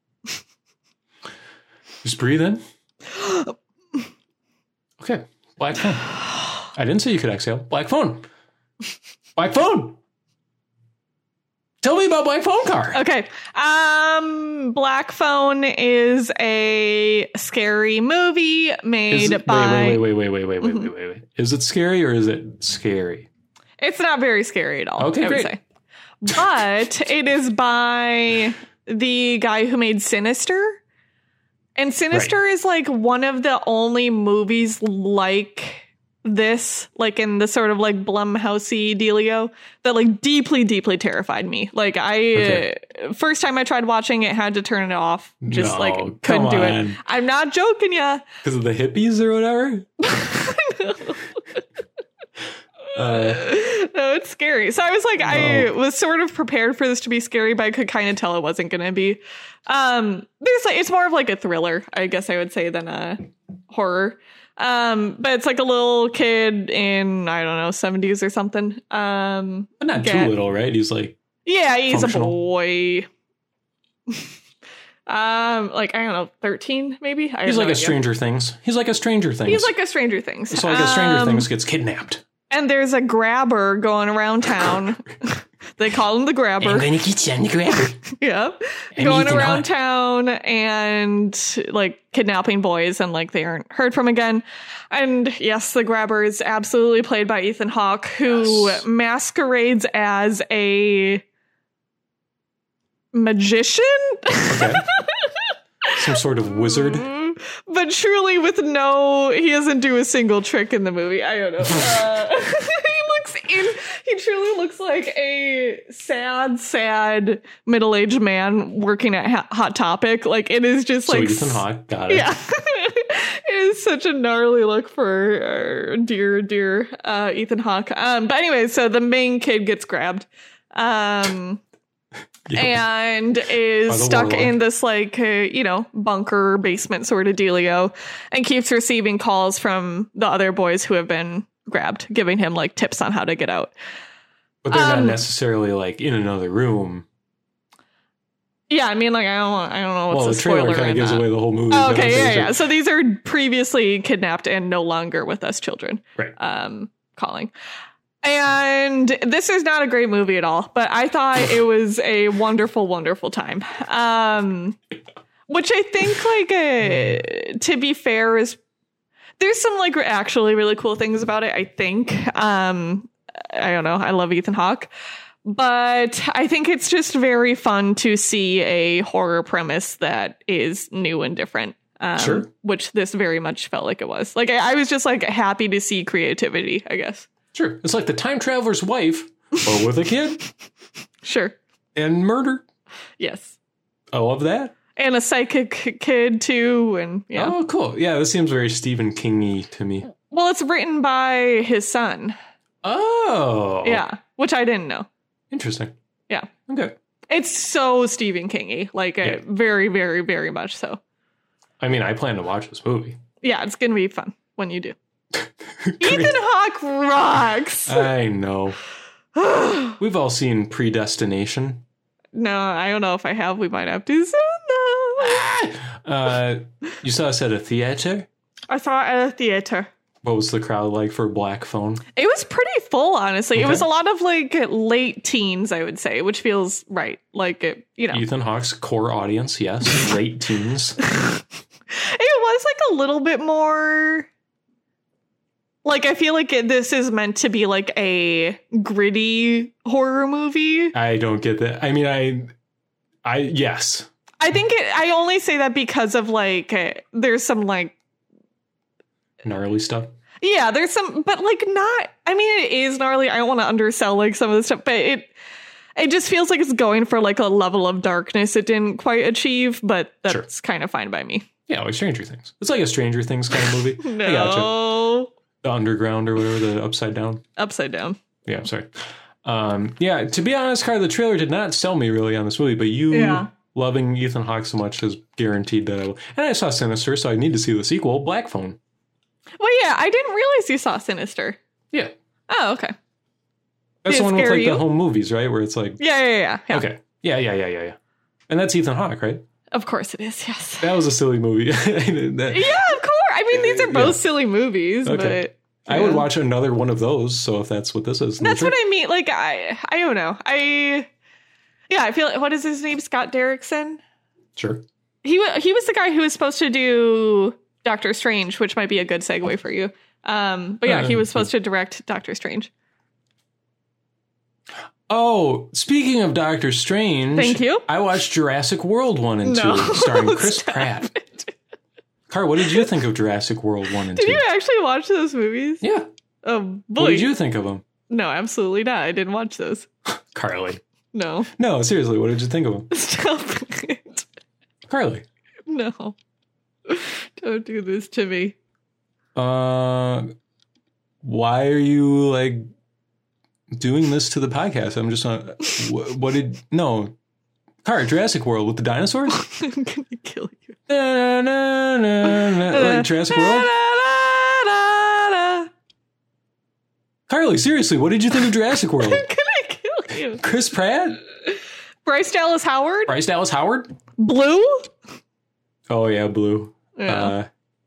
Just breathe in. Okay. Black phone. I didn't say you could exhale. Black phone. Black phone. Tell me about Black Phone Car.
Okay. Um, Black Phone is a scary movie
Is
made
it,
by.
wait, wait, wait, wait, wait, wait, wait, wait, wait, wait. Is it scary or is it scary?
It's not very scary at all.
Okay,
I would
great.
say. But it is by the guy who made Sinister. And Sinister is like one of the only movies like this, like in the sort of like Blumhousey dealio, that like deeply, deeply terrified me. Like I,
Okay.
first time I tried watching it, had to turn it off. Just
No,
like
come
couldn't do it.
on.
I'm not joking, ya.
Because of the hippies or whatever? uh,
no, it's scary. So I was like, I
No.
was sort of prepared for this to be scary, but I could kind of tell it wasn't going to be. Um, there's like it's more of like a thriller, I guess I would say, than a horror. Um, but it's like a little kid in I don't know seventies or something. Um,
but not
Okay.
too little, right? He's like,
yeah, he's a
Functional.
boy. um, like I don't know, thirteen maybe. I have
he's like
no
a
idea.
Stranger Things. He's like a Stranger Things.
He's like a Stranger Things.
it's like a Stranger
Um,
Things gets kidnapped.
And there's a grabber going around town. they call him the grabber.
gonna get you on the grabber.
yep.
I'm
going
Ethan
around
Hunt.
town and like kidnapping boys and like they aren't heard from again. And yes, the grabber is absolutely played by Ethan Hawke, who
Yes.
masquerades as a magician.
okay. Some sort of wizard.
Mm, But truly, with no, he doesn't do a single trick in the movie. I don't know. Uh, he looks in. He truly looks like a sad, sad middle-aged man working at Ha- Hot Topic. Like it is just
so
like
Ethan
s-
Hawke got it.
Yeah, it is such a gnarly look for uh, dear, dear uh, Ethan Hawke. Um, but anyway, so the main kid gets grabbed. Um
Yep.
and
By
is
the
stuck
warlock.
in this like uh, you know bunker basement sort of dealio and keeps receiving calls from the other boys who have been grabbed giving him like tips on how to get out
But they're not
um,
necessarily like in another room.
yeah i mean like i don't i don't know what's
well,
a
the trailer
spoiler
kind
in
of gives
that.
away the whole movie.
Oh,
but
okay yeah
they're-
yeah so these are previously kidnapped and no longer with us children
Right.
um calling and this is not a great movie at all but i thought it was a wonderful wonderful time um which i think like uh to be fair is there's some like actually really cool things about it i think um i don't know i love ethan hawke but i think it's just very fun to see a horror premise that is new and different um,
Sure.
which this very much felt like it was like I, I was just like happy to see creativity i guess
Sure. It's like the time traveler's wife, but with a kid
sure
and murder.
yes
I love that.
and a psychic kid too and yeah
Oh, cool. Yeah, this seems very Stephen Kingy to me.
well it's written by his son
Oh,
yeah which i didn't know
interesting.
Yeah.
Okay.
It's so Stephen Kingy, like uh
Yeah.
very, very, very much so.
I mean, I plan to watch this movie.
Yeah, it's gonna be fun when you do. Ethan Hawke rocks.
I know. We've all seen Predestination.
no, I don't know if I have. We might have to soon though.
Uh, you saw us at a theater.
I saw it at a theater.
What was the crowd like for Black Phone?
It was pretty full, honestly. It
Okay.
was a lot of like late teens, I would say, which feels right. Like it, you know,
Ethan Hawke's core audience, yes, late teens.
it was like a little bit more. Like I feel like it, this is meant to be like a gritty horror movie.
I don't get that. I mean, I, I yes,
I think it, I only say that because of like eh, there's some like
gnarly stuff.
yeah there's some but like not I mean it is gnarly I don't want to undersell like some of the stuff but it it just feels like it's going for like a level of darkness it didn't quite achieve but that's
Sure.
kind of fine by me.
Yeah, like Stranger Things. It's like a Stranger Things kind of movie. I gotcha.
No,
The underground or whatever, the upside down.
upside down.
Yeah, I'm sorry. Um, yeah, to be honest, Car, the trailer did not sell me really on this movie, but you
Yeah.
loving Ethan Hawke so much has guaranteed that I will. And I saw Sinister, so I need to see the sequel, Black Phone.
Well, yeah, I didn't realize you saw Sinister.
Yeah,
Oh, okay.
that's
Did it
the one with
scare
like
you?
the home movies, right? Where it's like,
Yeah, yeah, yeah. yeah.
okay, yeah, yeah, yeah, yeah, yeah. And that's Ethan Hawke, right?
Of course it is. Yes.
That was a silly movie. That-
Yeah, of course. I mean, these are both
Yeah.
silly movies,
Okay.
but
I would
Yeah.
watch another one of those. So if that's what this is,
That's what I mean. Like I, I don't know. I, yeah, I feel. What is his name? Scott Derrickson.
sure.
He wa- he was the guy who was supposed to do Doctor Strange, which might be a good segue for you. Um, but
Uh,
yeah, he was supposed to direct Doctor Strange.
Oh, speaking of Doctor Strange,
Thank you.
I watched Jurassic World one and
No.
two, starring Chris
Stop
Pratt.
it.
Carl, what did you think of Jurassic World one and
Did
two?
you actually watch those movies?
yeah.
Oh
What
boy,
did you think of them,
no, absolutely not. I didn't watch those.
Carly?
No,
No, seriously, what did you think of them,
stop it.
Carly?
No, don't do this to me.
Uh, why are you like doing this to the podcast? I'm just on. what, what did no? Car Jurassic World with the dinosaurs?
I'm gonna kill you.
na, na, na, na, like Jurassic World. Oh. Carly, seriously, what did you think of Jurassic World?
I'm gonna kill you.
Chris Pratt,
Bryce Dallas Howard?
Bryce Dallas Howard.
Blue?
Oh yeah, Blue.
Yeah.
Uh,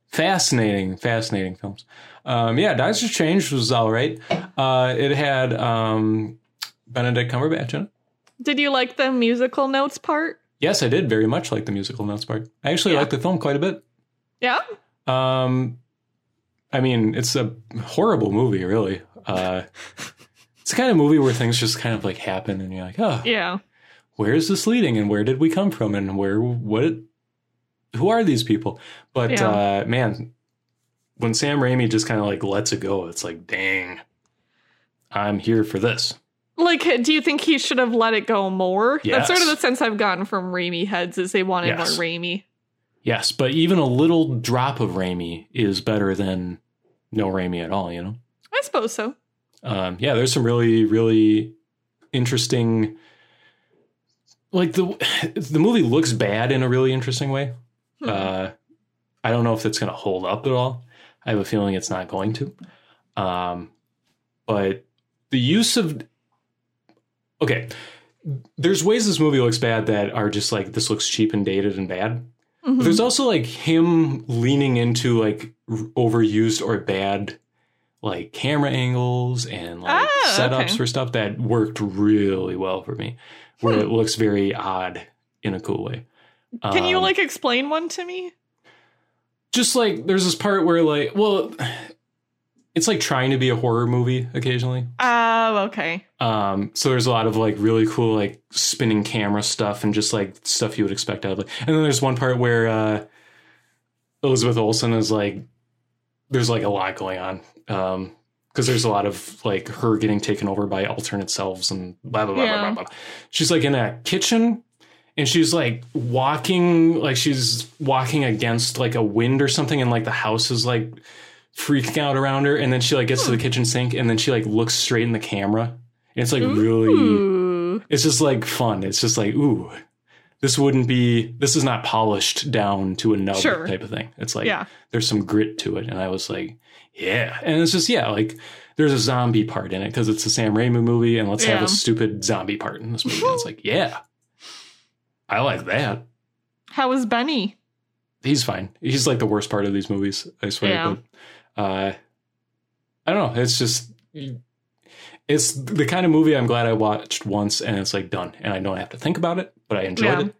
fascinating, fascinating films. Um, yeah, Doctor Strange was all right. Uh, it had um, Benedict Cumberbatch in it.
Did you like the musical notes part?
Yes, I did very much like the musical notes part. I actually
Yeah.
liked the film quite a bit.
Yeah?
Um, I mean, it's a horrible movie, really. Uh, it's the kind of movie where things just kind of like happen, and you're like, oh,
Yeah.
where is this leading, and where did we come from, and where what, who are these people? But
Yeah.
uh, man, when Sam Raimi just kind of like lets it go, it's like, dang, I'm here for this.
Like, do you think he should have let it go more? That's sort of
Yes.
the sense I've gotten from Raimi heads is they wanted
Yes.
more Raimi.
Yes, but even a little drop of Raimi is better than no Raimi at all, you know?
I suppose so.
Um, yeah, there's some really, really interesting like the the movie looks bad in a really interesting way.
Hmm.
Uh I don't know if it's gonna hold up at all. I have a feeling it's not going to. Um but the use of okay. There's ways this movie looks bad that are just like this looks cheap and dated and bad.
Mhm.
There's also like him leaning into like r- overused or bad like camera angles and like
Oh,
setups
okay.
for stuff that worked really well for me, where
Hmm.
it looks very odd in a cool way.
Can you
Um,
like explain one to me?
just like there's this part where like well, it's like trying to be a horror movie occasionally.
Oh, okay.
Um, so there's a lot of like really cool like spinning camera stuff and just like stuff you would expect out of it. And then there's one part where uh, Elizabeth Olsen is like, there's like a lot going on because there's a lot of like her getting taken over by alternate selves and blah blah blah blah
Yeah.
blah blah. She's like in a kitchen and she's like walking like she's walking against like a wind or something and like the house is like freaking out around her and then she like gets to the kitchen sink and then she like looks straight in the camera and it's like
Hmm.
really
Ooh.
it's just like fun it's just like ooh this wouldn't be this is not polished down to a nub
Sure.
type of thing it's like
yeah.
there's some grit to it and i was like yeah and it's just yeah like there's a zombie part in it because it's a sam raimi movie and let's have
Yeah.
a stupid zombie part in this movie And it's like yeah i like that
How was Benny?
he's fine. He's like the worst part of these movies, I swear.
Yeah.
But, uh, I don't know. It's just it's the kind of movie I'm glad I watched once, and it's like done, and I don't have to think about it, but I enjoyed
Yeah.
it.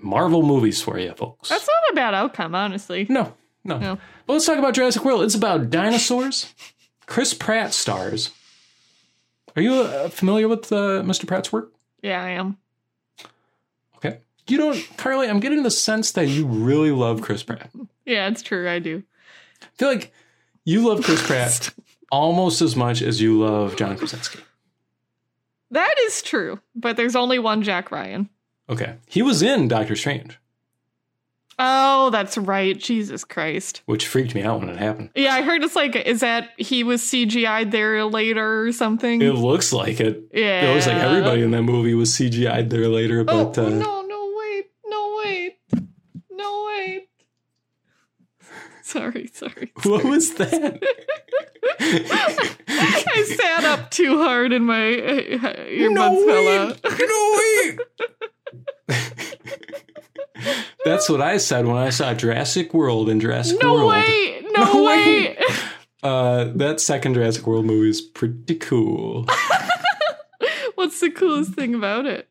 Marvel movies for you, folks.
That's not a bad outcome, honestly.
no, no,
No.
But let's talk about Jurassic World. It's about dinosaurs. Chris Pratt stars. Are you uh, familiar with uh, Mr. Pratt's work?
Yeah, I am.
Okay. You don't, Carly. I'm getting the sense that you really love Chris Pratt.
Yeah, it's true. I do.
I feel like you love Chris Pratt almost as much as you love John Krasinski.
That is true, but there's only one Jack Ryan.
Okay. He was in Doctor Strange.
Oh, that's right. Jesus Christ.
which freaked me out when it happened.
Yeah, I heard it's like, is that he was CGI'd there later or something?
It looks like it.
yeah.
It looks like everybody in that movie was CGI'd there later,
Oh,
but uh,
no, no, wait. No, wait. No, wait. Sorry, sorry.
what was that?
I sat up too hard and my uh, earbuds fell out.
No way! That's what I said when I saw Jurassic World and Jurassic
No
World.
way! No,
No
way!
Uh, that second Jurassic World movie is pretty cool.
What's the coolest thing about it?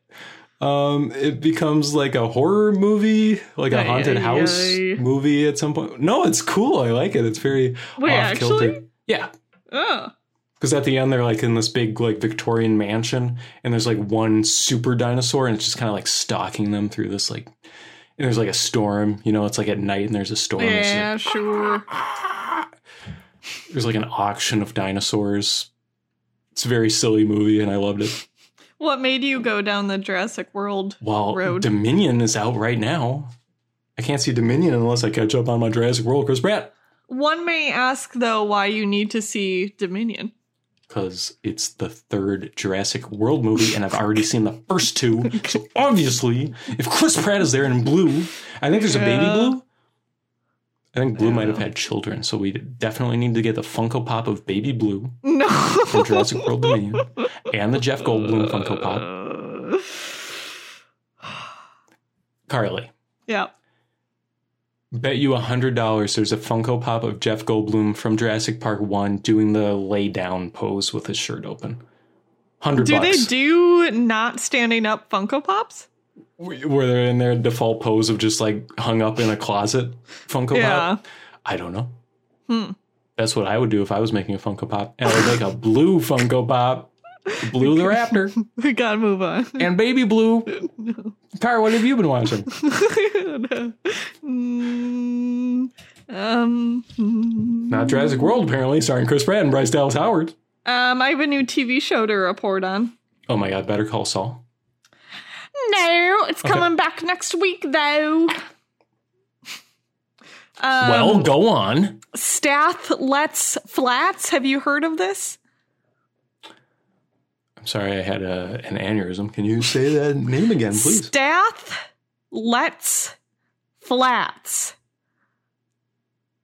Um, it becomes like a horror movie, like a
Ay,
haunted
ay,
house
ay.
movie at some point. No, it's cool. I like it. It's very
Wait,
off kilter.
actually?
Yeah,
Oh.
because at the end they're like in this big like Victorian mansion, and there's like one super dinosaur, and it's just kind of like stalking them through this like. And there's like a storm, you know. It's like at night, and there's a storm. It's just like,
Yeah, sure.
there's like an auction of dinosaurs. It's a very silly movie, and I loved it.
What made you go down the Jurassic World?
Well,
Road.
Dominion is out right now. I can't see Dominion unless I catch up on my Jurassic World Chris Pratt
One may ask, though, why you need to see Dominion.
because it's the third Jurassic World movie, and I've already seen the first two. So obviously, if Chris Pratt is there in blue, I think there's a baby
Yeah.
blue. I think Blue
Yeah.
might have had children, so we definitely need to get the Funko Pop of Baby Blue
No.
from Jurassic World Dominion and the Jeff Goldblum Funko Pop.
Pop.
Carly,
Yeah.
Bet you a hundred dollars there's a Funko Pop of Jeff Goldblum from Jurassic Park One doing the lay down pose with his shirt open. Hundred
Do they
bucks.
do not standing up Funko Pops?
Were they in their default pose of just like hung up in a closet Funko
yeah.
Pop? I don't know.
Hmm.
That's what I would do if I was making a Funko Pop, and I would make a blue Funko Pop, blue the Raptor,
We gotta move on.
and baby blue. Car, what have you been watching?
Mm, um, mm.
Not Jurassic World, apparently, starring Chris Pratt and Bryce Dallas Howard.
um, I have a new TV show to report on.
Oh my God, Better Call Saul.
No, it's
Okay.
coming back next week though. Um,
well, go on.
Staff Let's Flats. Have you heard of this?
I'm sorry, I had a, an aneurysm. Can you say that name again, please?
Staff Let's Flats.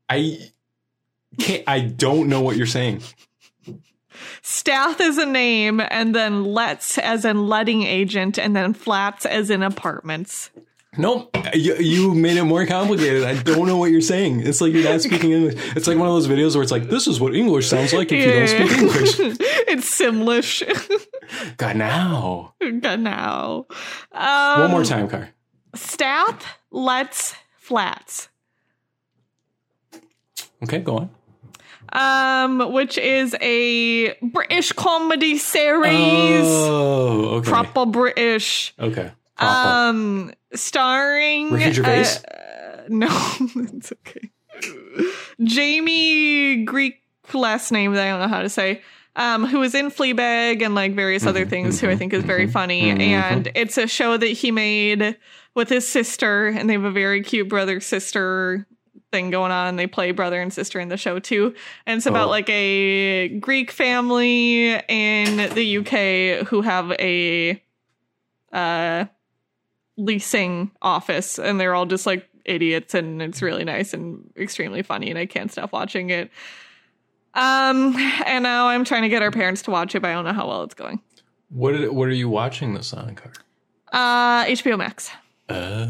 I can't. I don't know what you're saying.
Staff is a name, and then Let's as in letting agent, and then Flats as in apartments.
Nope. You, you made it more complicated. I don't know what you're saying. It's like you're not speaking English. It's like one of those videos where it's like, this is what English sounds like if you don't speak English.
it's Simlish.
God, now.
Good now.
One
Um,
more time, Car.
Staff Let's Flats.
Okay, go on.
um, which is a British comedy series,
Oh, okay.
proper British,
Okay. Proper.
um, starring
Ricky Gervais?
uh, no, it's okay. Jamie Greek last name that I don't know how to say. Um, who was in Fleabag and like various other
Mhm,
things, who I
mhm,
think is very
mhm,
funny.
mhm.
And it's a show that he made with his sister, and they have a very cute brother sister thing going on. They play brother and sister in the show too. And it's about
Oh.
like a Greek family in the UK who have a uh leasing office and they're all just like idiots and it's really nice and extremely funny and I can't stop watching it. Um and now I'm trying to get our parents to watch it, but I don't know how well it's going.
what, did- what are you watching this on, Car?
Uh HBO Max.
Uh,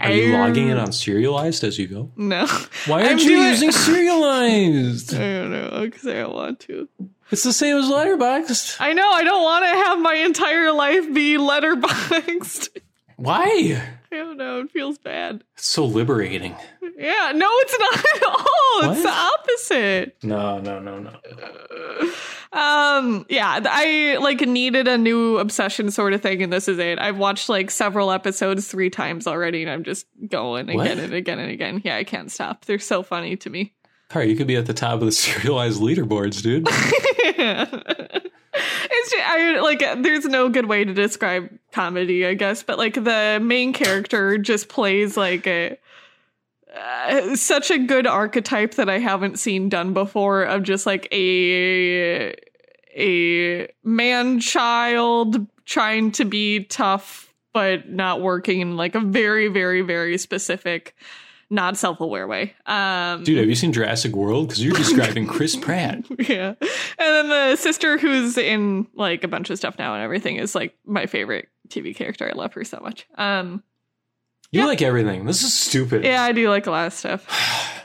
are you
Um,
logging in on serialized as you go?
No.
Why aren't
I'm
you
doing-
using serialized?
I don't know because I don't want to.
It's the same as Letterboxd.
I know I don't want to have my entire life be letterboxed.
Why?
I don't know. It feels bad.
It's so liberating.
Yeah. No, it's not at all. It's the opposite.
No, no, no, no.
um yeah th- i like needed a new obsession sort of thing and this is it i've watched like several episodes three times already and i'm just going again
What?
and again and again yeah i can't stop they're so funny to me
Sorry, you could be at the top of the serialized leaderboards, dude.
it's just, I like there's no good way to describe comedy, I guess, but like the main character just plays like a uh, such a good archetype that I haven't seen done before of just like a a man child trying to be tough but not working in like a very very very specific not self-aware way. Um
Dude, have you seen Jurassic World? Because you're describing Chris Pratt.
yeah. And then the sister who's in like a bunch of stuff now and everything is like my favorite TV character. I love her so much. Um
You
Yeah.
like everything. This is stupid.
yeah, I do like a lot of stuff.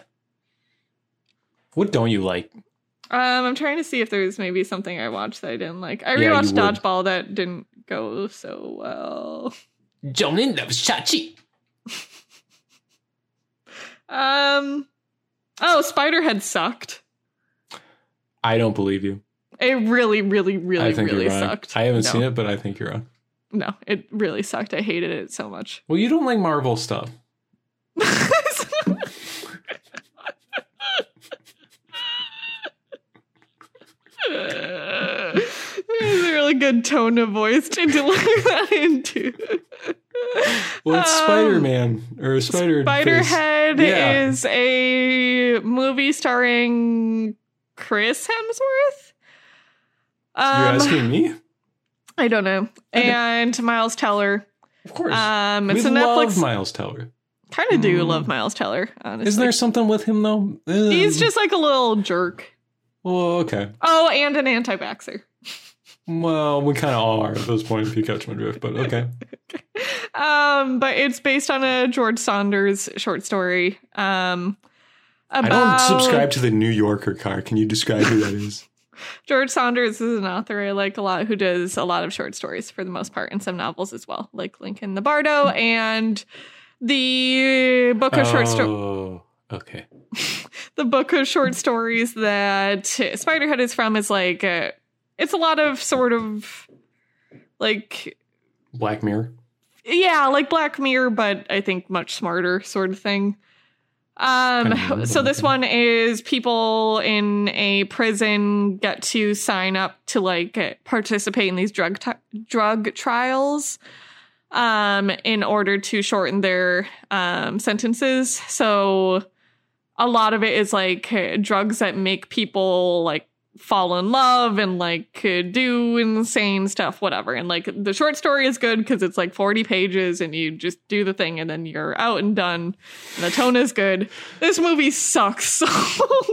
What don't you like?
Um I'm trying to see if there's maybe something I watched that I didn't like. I
Yeah, you
rewatched
would.
Dodgeball that didn't go so well.
Jonin loves Chachi.
Um Oh, Spiderhead sucked.
I don't believe you.
It really, really,
I
really,
think
really
you're wrong.
sucked.
I haven't
No.
seen it, but I think you're wrong.
No, it really sucked. I hated it so much.
Well, you don't like Marvel stuff.
That was a really good tone of voice to deliver that into.
Well, it's
Um,
Spider Man or Spider
Spiderhead
Yeah.
is a movie starring Chris Hemsworth.
You're
Um,
asking me?
I don't know.
I know.
And Miles Teller.
Of course.
Um,
we
it's a
love
Netflix.
Miles Teller.
kind of do
Mm.
love Miles Teller. Honestly,
Isn't there something with him though? Uh,
He's just like a little jerk.
Well, okay.
Oh, and an anti-vaxxer.
Well, we kind of all are at this point if you catch my drift, but okay.
Um, but it's based on a George Saunders short story. Um,
I
about
don't subscribe to the New Yorker car. Can you describe who that is?
George Saunders is an author I like a lot who does a lot of short stories for the most part and some novels as well, like Lincoln the Bardo and the book of short stories.
Oh, okay. Oh.
the book of short stories that Spiderhead is from is like uh it's a lot of sort of like
Black Mirror.
yeah, like Black Mirror, but I think much smarter sort of thing. Um,
Kinda
so this
okay.
one is people in a prison get to sign up to like participate in these drug t- drug trials, um, in order to shorten their um sentences. So a lot of it is like uh, drugs that make people like fall in love and like uh, do insane stuff whatever and like the short story is good because it's like 40 pages and you just do the thing and then you're out and done and the tone is good this movie sucks so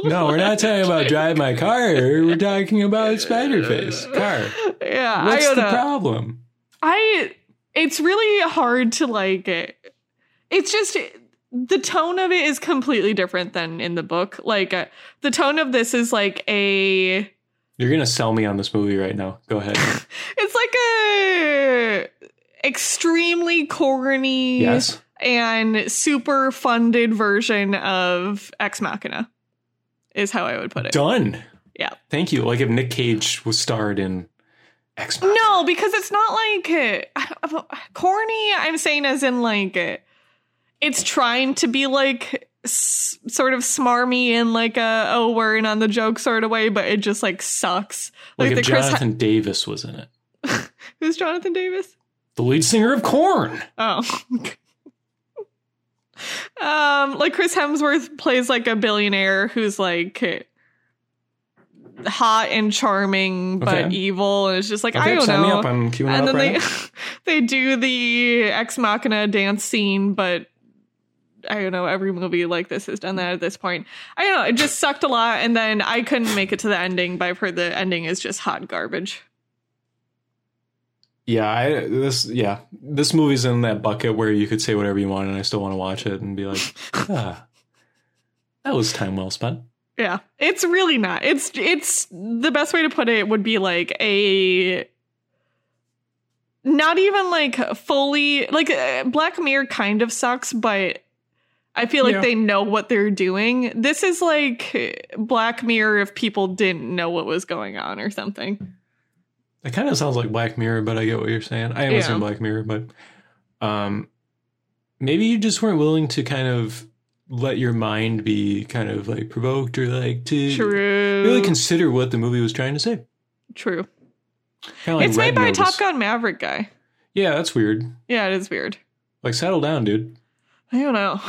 No, we're not
much.
talking about Drive My Car. We're talking about Spider Face car.
yeah I
What's
don't
the
know.
problem?
I it's really hard to like it. It's just the tone of it is completely different than in the book. Like uh, the tone of this is like a
You're gonna sell me on this movie right now. Go ahead.
it's like a extremely corny
yes.
and super funded version of Ex Machina is how I would put it.
Done.
Yeah.
Thank you. Like if Nick Cage was starred in X Men.
No, because it's not like uh, I don't- corny. I'm saying as in like uh, it's trying to be like s- sort of smarmy in like a oh we're in on the joke sort of way, but it just like sucks.
Like,
Like, the
if
Chris
Jonathan Davis was in it.
who's Jonathan Davis?
The lead singer of Korn.
Oh. um like Chris Hemsworth plays like a billionaire who's like hot and charming but
Okay.
evil and it's just like
Okay,
I don't
sign
know.
me up. I'm queuing
and
up
then
right
they
now.
they do the ex machina dance scene but i don't know every movie like this has done that at this point i don't know it just sucked a lot and then i couldn't make it to the ending but i've heard the ending is just hot garbage
Yeah, I this yeah. This movie's in that bucket where you could say whatever you want and I still want to watch it and be like, ah, that was time well spent.
yeah it's really not it's it's the best way to put it would be like a not even like fully like uh, black mirror kind of sucks but i feel like
Yeah.
they know what they're doing this is like black mirror if people didn't know what was going on or something
It kind of sounds like Black Mirror, but I get what you're saying. I haven't
Yeah.
seen Black Mirror, but um, maybe you just weren't willing to kind of let your mind be kind of like provoked or like to
true
really consider what the movie was trying to say.
true
Kind of like
it's made
Red
by
Notice.
a top gun maverick guy
Yeah, that's weird.
yeah it is weird
Like, settle down, dude.
i don't know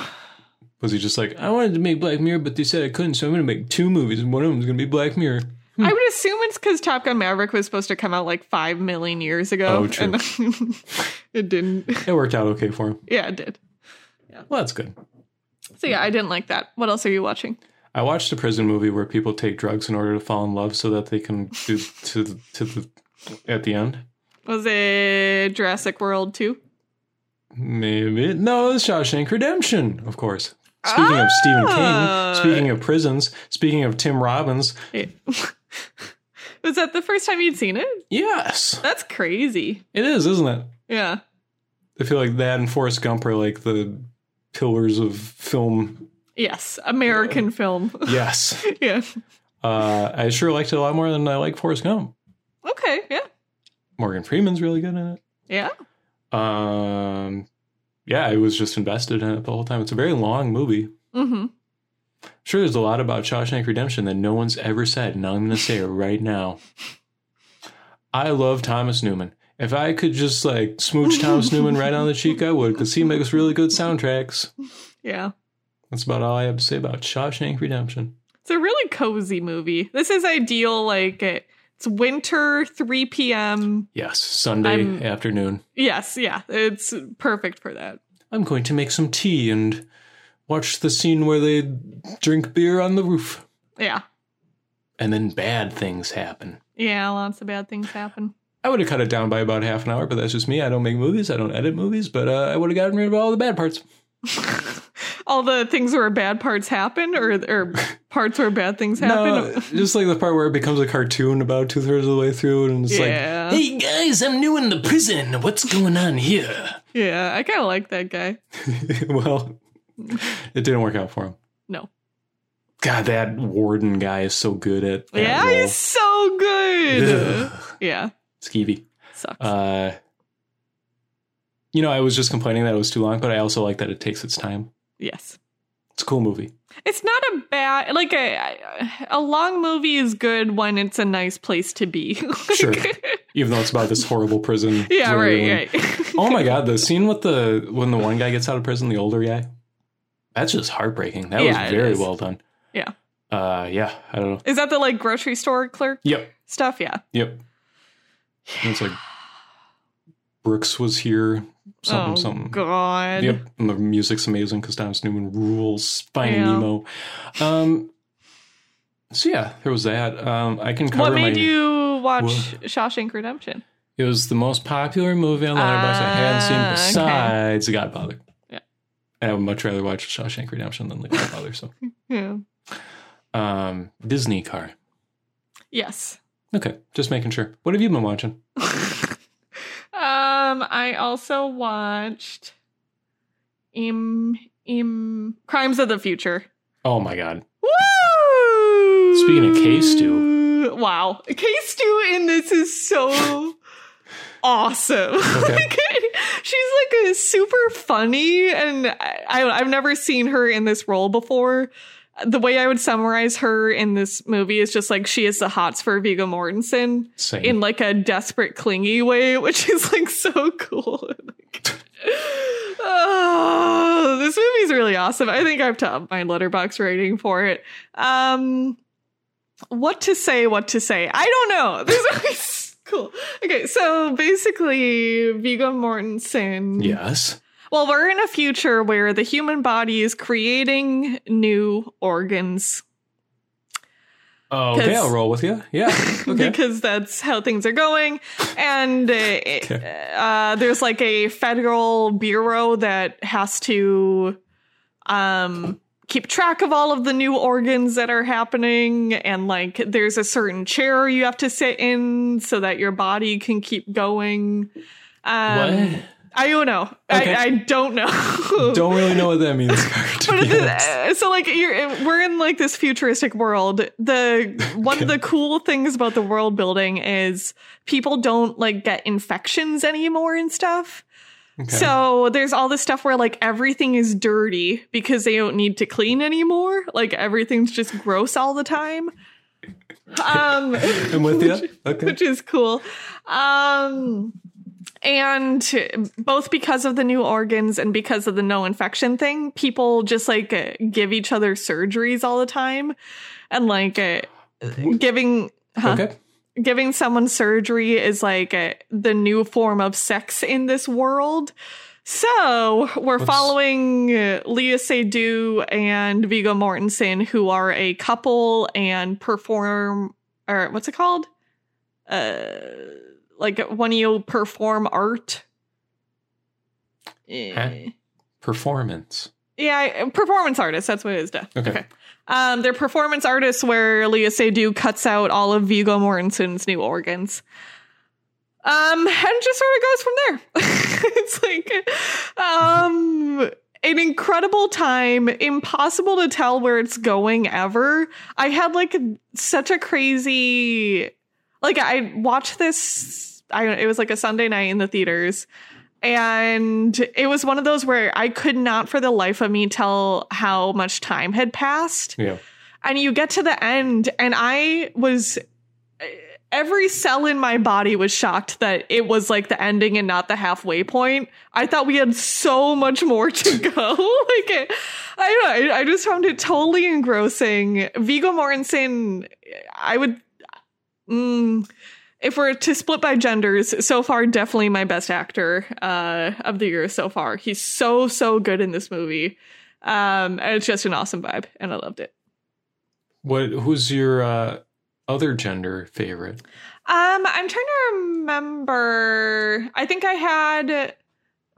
Was he just like, I wanted to make Black Mirror, but they said I couldn't, so I'm going to make two movies, and one of them's going to be Black Mirror.
I would assume it's because Top Gun Maverick was supposed to come out like five million years ago.
Oh, true.
And it didn't.
It worked out okay for him.
Yeah, it did.
Well, that's good.
So yeah, I didn't like that. What else are you watching?
I watched a prison movie where people take drugs in order to fall in love, so that they can do to the, to the at the end.
Was it Jurassic World 2?
Maybe no, it's Shawshank Redemption, of course. Speaking of Stephen
Ah.
King, speaking of prisons, speaking of Tim Robbins,
It- was that the first time you'd seen it?
yes,
That's crazy.
it is, isn't it?
Yeah.
I feel like that and Forrest Gump are like the pillars of film.
Yes, American film.
Yes,
yeah.
uh, I sure liked it a lot more than I like Forrest Gump.
Okay. Yeah.
Morgan Freeman's really good in
Yeah.
it. Um, yeah, I was just invested in it the whole time. It's a very long movie.
Mm-hmm.
Sure, there's a lot about Shawshank Redemption that no one's ever said, and I'm going to say it right now. I love Thomas Newman. If I could just like smooch Thomas Newman right on the cheek, I would, because he makes really good soundtracks.
Yeah.
That's about all I have to say about Shawshank Redemption.
It's a really cozy movie. This is ideal. Like it- it's winter, 3 p.m.
Yes, Sunday
I'm-
afternoon.
Yes. Yeah. It's perfect for that.
I'm going to make some tea and watch the scene where they drink beer on the roof.
Yeah.
And then bad things happen.
Yeah. Lots of bad things happen.
I would have cut it down by about half an hour, but that's just me. I don't make movies, I don't edit movies, but uh, I would have gotten rid of all the bad parts.
All the things where bad parts happen, or or parts where bad things happen.
No, just like the part where it becomes a cartoon about two thirds of the way through, and it's
Yeah.
like, "Hey guys, I'm new in the prison. What's going on here?"
Yeah. I kind of like that guy.
well, it didn't work out for him.
No.
God, that warden guy is so good at that
Yeah.
role.
He's so good.
Ugh,
yeah.
skeevy.
Sucks.
Uh, you know, I was just complaining that it was too long, but I also like that it takes its time.
yes.
It's a cool movie.
It's not a bad like a a long movie is good when it's a nice place to be.
Sure.
Like-
Even though it's about this horrible prison.
yeah,
where everyone-
right, right.
Oh my god, the scene with the when the one guy gets out of prison, the older guy. That's just heartbreaking. That
Yeah, it
was very
is.
well done.
Yeah.
Uh yeah, I don't know.
Is that the like grocery store clerk
Yep.
stuff? Yeah.
Yep. And it's like Brooks was here, something
oh
something.
god.
Yep. And the music's amazing because Thomas Newman rules Finding
Yeah.
Nemo. Um so yeah, there was that. Um I can cover
What made
my
you watch
Whoa.
Shawshank Redemption?
it was the most popular movie on Letterboxd I hadn't
Ah,
seen
okay.
besides The Godfather.
Yeah.
And I would much rather watch Shawshank Redemption than The Godfather, so
Yeah.
um, Disney car.
Yes.
Okay, just making sure. What have you been watching?
Um I also watched Im Im Crimes of the Future.
Oh my god,
Woo!
Speaking of case
stew. Wow. Case stew in this is so awesome.
Okay.
Like, she's like a super funny, and I, I, I've never seen her in this role before. The way I would summarize her in this movie is just like she is the hots for Viggo Mortensen
same.
in like a desperate, clingy way, which is like so cool. oh, this movie's really awesome. I think I've topped my letterbox rating for it. Um, what to say? What to say? I don't know. This movie's cool. Okay, so basically, Viggo Mortensen.
yes.
Well, we're in a future where the human body is creating new organs.
Oh, okay,
Because-
I'll roll with you. Yeah. Okay.
because that's how things are going. And uh, uh, there's like a federal bureau that has to um, keep track of all of the new organs that are happening. And like there's a certain chair you have to sit in so that your body can keep going. Um,
what?
I don't know.
Okay.
I, I don't know.
Don't really know what that means. Card, to
But
be
it is-
honest.
uh, so like you're we're in like this futuristic world. The one of the cool things about the world building is people don't like get infections anymore and stuff.
Okay.
So there's all this stuff where like everything is dirty because they don't need to clean anymore. Like everything's just gross all the time. Um
I'm with you. Okay.
which is cool. Um, and both because of the new organs and because of the no infection thing, people just like uh, give each other surgeries all the time, and like uh, giving huh?
Okay.
giving someone surgery is like uh, the new form of sex in this world. So we're
What's-
following uh, Leah Seydoux and Vigo Mortensen, who are a couple and perform, or what's it called? Uh, like when you perform art. Eh.
Performance.
Yeah, performance artists. That's what it is. Duh.
Okay.
Um, they're performance artists where Leah Seydoux cuts out all of Vigo Mortensen's new organs. Um, and just sort of goes from there. it's like, um, an incredible time, impossible to tell where it's going ever. I had like such a crazy, like I watched this. I don't. It was like a Sunday night in the theaters, and it was one of those where I could not for the life of me tell how much time had passed.
Yeah.
And you get to the end, and I was every cell in my body was shocked that it was like the ending and not the halfway point. I thought we had so much more to go. like, it, I don't know. I, I just found it totally engrossing. Vigo Mortensen, I would. Mm, if we're to split by genders, so far definitely my best actor uh, of the year so far. He's so so good in this movie, um, and it's just an awesome vibe, and I loved it.
What? Who's your uh, other gender favorite?
Um, I'm trying to remember. I think I had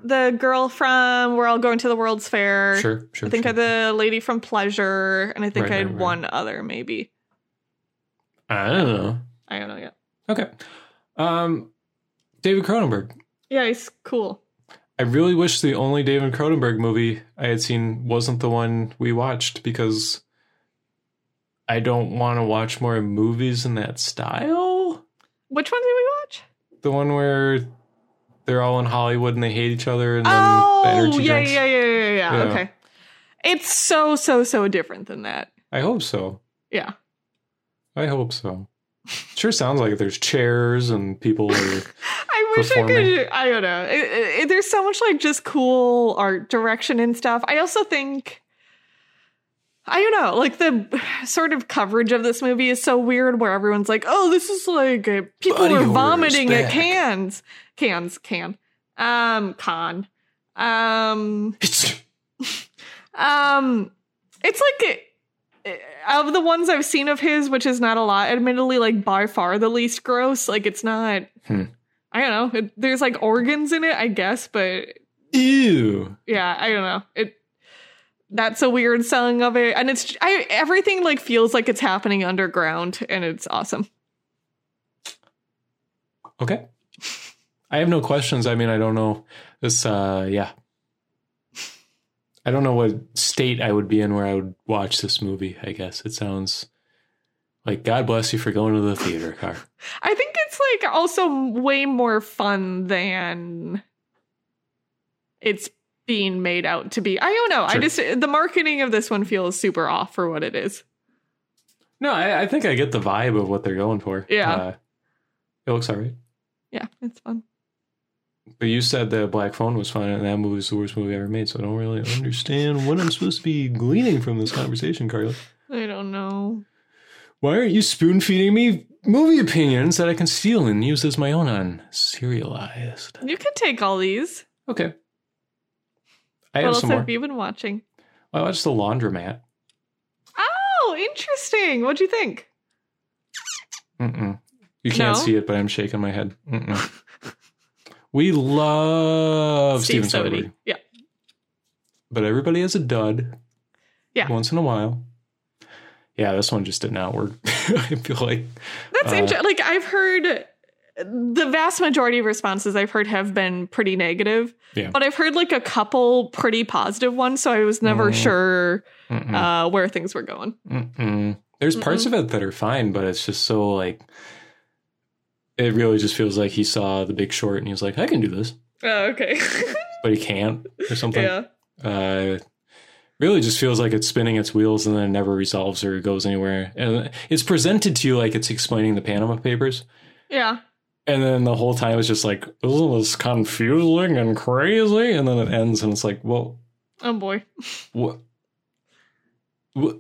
the girl from We're All Going to the World's Fair.
Sure. Sure.
I think I
sure.
had the lady from Pleasure, and I think
Right,
I had
right, right.
one other maybe.
I don't know.
I don't know yet.
Okay. Um, David Cronenberg.
Yeah, he's cool.
I really wish the only David Cronenberg movie I had seen wasn't the one we watched because I don't want to watch more movies in that style.
Which one did we watch?
The one where they're all in Hollywood and they hate each other and then the
Oh,
energy
yeah,
drinks.
yeah, yeah, yeah, yeah,
Yeah.
yeah. Okay. It's so, so, so different than that.
I hope so.
Yeah.
I hope so. Sure sounds like there's chairs and people are
I wish I
performing.
could. I don't know. It, it- it- there's so much like just cool art direction and stuff. I also think. I don't know, like the sort of coverage of this movie is so weird where everyone's like, oh, this is like uh, people
Buddy
are
horror's
vomiting at
back.
cans. Cans, can. Um, con. Um, um, it's like uh, of the ones I've seen of his, which is not a lot, admittedly, like by far the least gross. Like it's not.
Hmm.
I don't know. It, there's like organs in it, I guess, but
Ew.
yeah, I don't know. It that's a weird selling of it, and it's I everything like feels like it's happening underground, and it's awesome.
Okay. I have no questions. I mean, I don't know this. Uh, yeah, I don't know what state I would be in where I would watch this movie. I guess it sounds like God bless you for going to the theater, car.
I think it's like also way more fun than it's being made out to be. I don't know. I
Sure.
just the marketing of this one feels super off for what it is.
No, I, I think I get the vibe of what they're going for.
Yeah.
uh, it looks alright.
Yeah, it's fun.
But you said that Black Phone was fine, and that movie was the worst movie ever made. So I don't really understand what I'm supposed to be gleaning from this conversation, Carly.
I don't know.
Why aren't you spoon feeding me movie opinions that I can steal and use as my own on serialized?
You can take all these.
Okay. I
What
have
else
some more.
have you been watching?
I watched The Laundromat.
Oh, interesting. What'd you think?
Mm-mm. You can't
No?
see it, but I'm shaking my head. Mm-mm. we love Steven Soderbergh,
Yeah.
but everybody has a dud.
Yeah.
Once in a while. Yeah, this one just did not work. I feel like
That's
Uh,
interesting. Like I've heard the vast majority of responses I've heard have been pretty negative.
Yeah.
But I've heard like a couple pretty positive ones, so I was never
Mm.
sure
mm-mm,
uh, where things were going.
mm-mm. there's parts of it that are fine, but it's just so like it really just feels like he saw The Big Short and he was like, I can do this,
Oh, okay.
but he can't or something.
yeah.
uh, really just feels like it's spinning its wheels and then it never resolves or goes anywhere. And it's presented to you like it's explaining the Panama Papers,
Yeah.
And then the whole time it's just like, isn't this confusing and crazy? And then it ends and it's like, well,
Oh boy.
what? what?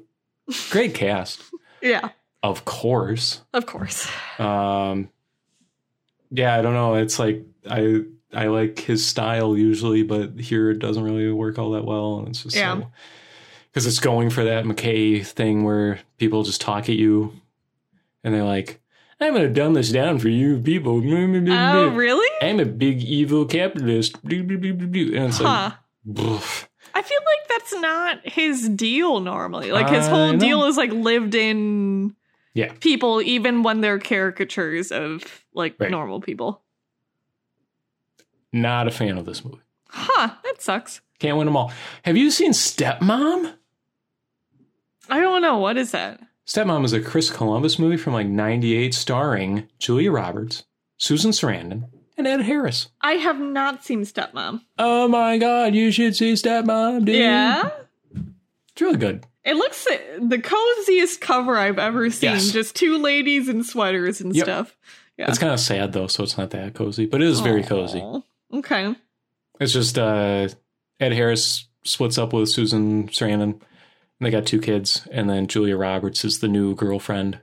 Great cast,
Yeah,
of course.
of course.
Um, yeah, I don't know. It's like I I like his style usually, but here it doesn't really work all that well, and it's just
Yeah.
because it's going for that McKay thing where people just talk at you, and they're like, "I'm gonna dumb this down for you people."
Oh, really?
I'm a big evil capitalist, and it's
Huh.
like, "Boof."
I feel like that's not his deal normally. Like his whole
I know.
deal is like lived in
Yeah.
people, even when they're caricatures of like
Right.
normal people.
not a fan of this movie.
Huh, that sucks.
Can't win them all. Have you seen Stepmom?
I don't know. What is that?
Stepmom is a Chris Columbus movie from like 98 starring Julia Roberts, Susan Sarandon, and Ed Harris.
I have not seen Stepmom.
Oh my god, you should see Stepmom, dude.
Yeah.
It's really good.
It looks the coziest cover I've ever seen.
Yes.
Just two ladies in sweaters and
Yep.
stuff. Yeah.
It's kind of sad though, so it's not that cozy, but it is very cozy.
Aw. Okay.
It's just uh, Ed Harris splits up with Susan Sarandon, and they got two kids, and then Julia Roberts is the new girlfriend.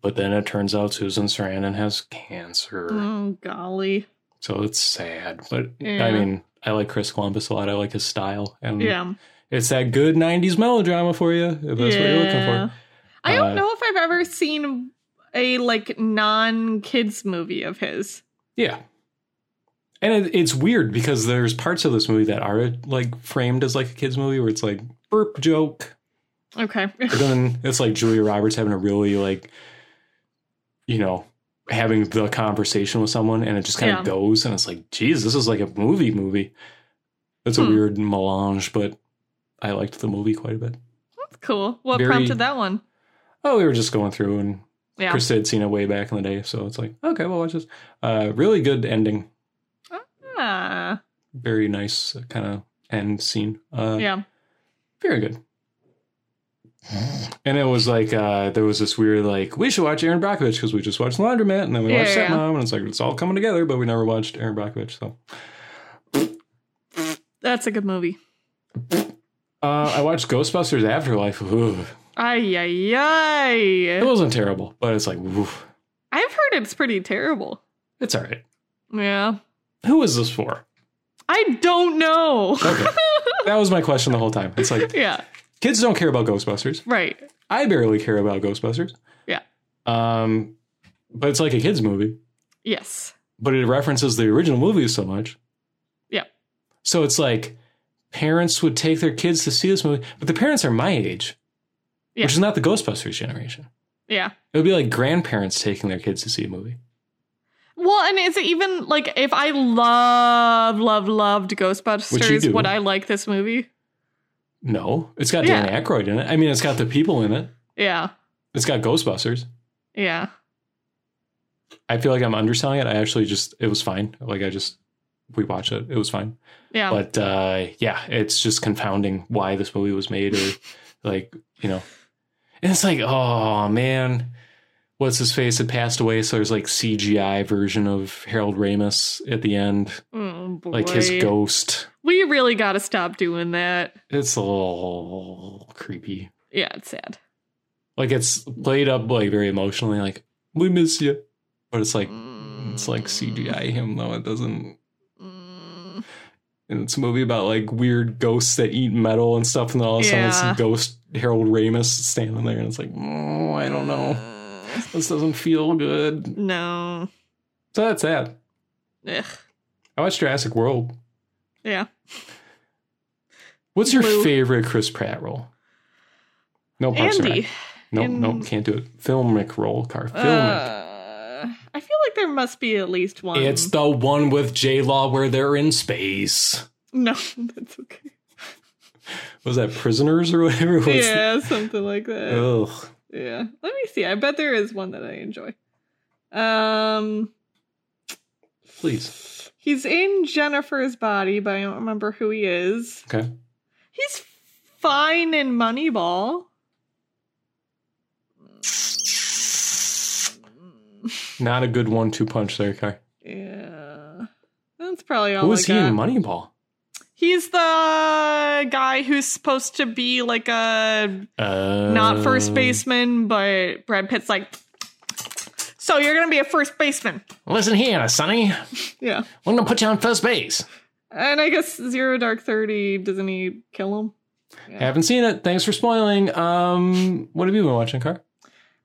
But then it turns out Susan Sarandon has cancer.
Oh golly.
So it's sad, but
Yeah.
I mean, I like Chris Columbus a lot. I like his style, and
Yeah.
it's that good '90s melodrama for you if Mm. that's what you're looking
Yeah.
for.
I don't
Uh,
know if I've ever seen a like non kids movie of his.
Yeah, and it, it's weird because there's parts of this movie that are like framed as like a kids movie where it's like burp joke,
Okay.
but then it's like Julia Roberts having a really like, you know, having the conversation with someone, and it just kind of
Yeah.
goes, and it's like, geez, this is like a movie movie. That's a
Hmm.
weird melange, but I liked the movie quite a bit.
That's cool. What
Very-
prompted that one?
oh, we were just going through, and
Yeah.
Chris had seen it way back in the day, so it's like, okay, well, watch this. Uh, really good ending,
Ah,
very nice kind of end scene. Uh,
yeah.
very good. And it was like uh, there was this weird like we should watch Aaron Brockovich because we just watched Laundromat and then we
Yeah,
watched
yeah, yeah.
Stepmom and it's like it's all coming together, but we never watched Aaron Brockovich. So
That's a good movie.
uh, I watched Ghostbusters Afterlife. Ooh.
Ay, ay, ay.
It wasn't terrible, but it's like ooh,
I've heard it's pretty terrible.
it's all right.
Yeah.
Who is this for?
I don't know.
Okay, that was my question the whole time. It's like
yeah.
kids don't care about Ghostbusters.
Right.
I barely care about Ghostbusters.
Yeah.
Um, but it's like a kids movie,
Yes.
but it references the original movie so much.
Yeah.
So it's like parents would take their kids to see this movie, but the parents are my age,
Yeah.
which is not the Ghostbusters generation.
Yeah.
It would be like grandparents taking their kids to see a movie.
Well, and is it even like if I love, love, loved Ghostbusters,
do.
would I like this movie?
No, it's got
Yeah.
Dan Aykroyd in it. I mean, it's got the people in it.
Yeah.
It's got Ghostbusters.
Yeah.
I feel like I'm underselling it. I actually just it was fine. Like I just we watched it. It was fine.
Yeah.
but uh, yeah, it's just confounding why this movie was made, or like you know, and it's like, oh man, what's his face had passed away, so there's like CGI version of Harold Ramis at the end,
Oh,
like his
boy.
ghost.
We really got to stop doing that.
It's a little creepy.
Yeah, it's sad.
Like it's played up like very emotionally, like we miss you, but it's like it's like CGI him though. It doesn't.
Mm.
And it's a movie about like weird ghosts that eat metal and stuff, and then all of a sudden
Yeah.
it's ghost Harold Ramis standing there, and it's like, oh, I don't know, this doesn't feel good.
No.
So that's that.
Ugh.
I watched Jurassic World.
Yeah.
What's your
Blue.
favorite Chris Pratt role? No, Parks and
Andy.
Rec. Nope,
in-
nope, can't do it. Filmic role, Car. Filmic.
Uh, I feel like there must be at least one.
it's the one with J Law where they're in space.
no, that's okay.
Was that Prisoners or whatever? it Was
yeah, something like that.
Ugh.
Yeah. Let me see. I bet there is one that I enjoy. Um,
Please.
he's in Jennifer's body, but I don't remember who he is.
Okay.
He's fine in Moneyball.
Not a good one-two punch there, Kai.
Yeah. That's probably all.
Who
I
was he
got.
in Moneyball?
He's the guy who's supposed to be like a
Uh,
not first baseman, but Brad Pitt's like, so you're gonna be a first baseman.
Listen here, Sonny.
Yeah.
I'm gonna put you on first base.
And I guess Zero Dark Thirty doesn't he kill him?
Haven't seen it. Thanks for spoiling. Um, what have you been watching, Car?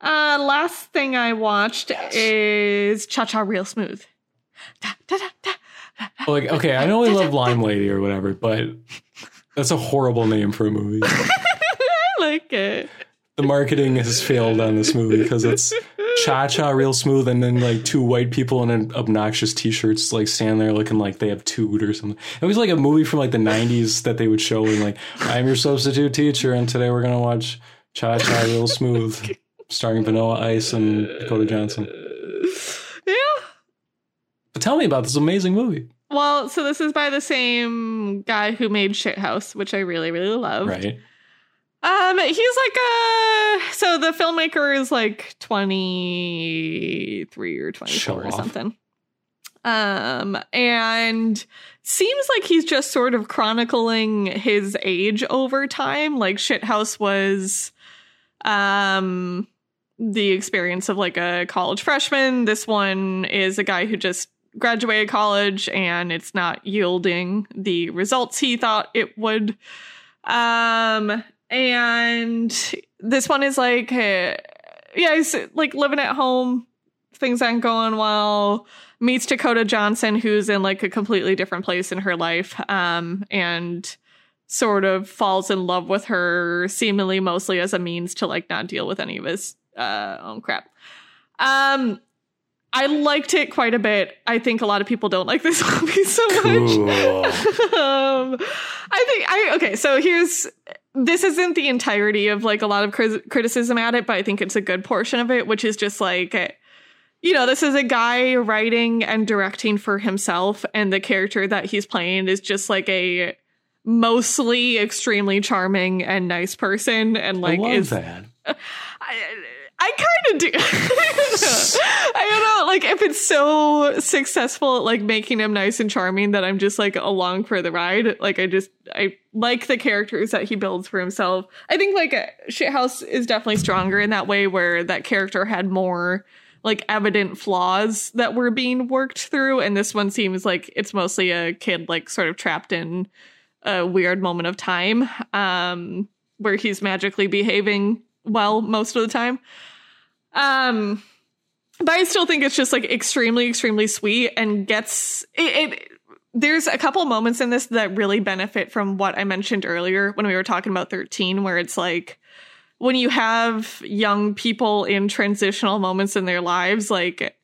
Uh, last thing I watched is Cha Cha Real Smooth. Da, da, da, da.
Like, okay, I know we love Lime Lady or whatever, but that's a horrible name for a movie.
I like it.
The marketing has failed on this movie because it's cha cha real smooth, and then like two white people in an obnoxious t-shirts like stand there looking like they have toot or something. It was like a movie from like the '90s that they would show in like I'm your substitute teacher, and today we're gonna watch cha cha real smooth, starring Vanilla Ice and Dakota Johnson.
Yeah.
But tell me about this amazing movie.
Well, so this is by the same guy who made Shithouse, which I really, really love.
Right.
Um, he's like a so the filmmaker is like twenty three or twenty
Show
four or
off.
something. Um, and seems like he's just sort of chronicling his age over time. Like Shithouse was, um, the experience of like a college freshman. This one is a guy who just graduated college and it's not yielding the results he thought it would. Um, and this one is like, eh, yeah, he's like living at home. Things aren't going well. Meets Dakota Johnson, who's in like a completely different place in her life, um, and sort of falls in love with her, seemingly mostly as a means to like not deal with any of his uh, own crap. Um, I liked it quite a bit. I think a lot of people don't like this movie so much um, I think I okay. So here's this isn't the entirety of like a lot of cri- criticism at it, but I think it's a good portion of it, which is just like. eh, You know, this is a guy writing and directing for himself, and the character that he's playing is just like a mostly extremely charming and nice person, and like
I love
is
that.
I, I kind of do. I don't know. Like, if it's so successful at like making him nice and charming that I'm just like along for the ride. Like, I just I like the characters that he builds for himself. I think like uh, Shithouse is definitely stronger in that way, where that character had more like evident flaws that were being worked through, and this one seems like it's mostly a kid like sort of trapped in a weird moment of time. Um, where he's magically behaving well most of the time. Um, but I still think it's just like extremely, extremely sweet and gets it. it there's a couple moments in this that really benefit from what I mentioned earlier when we were talking about 13, where it's like when you have young people in transitional moments in their lives, like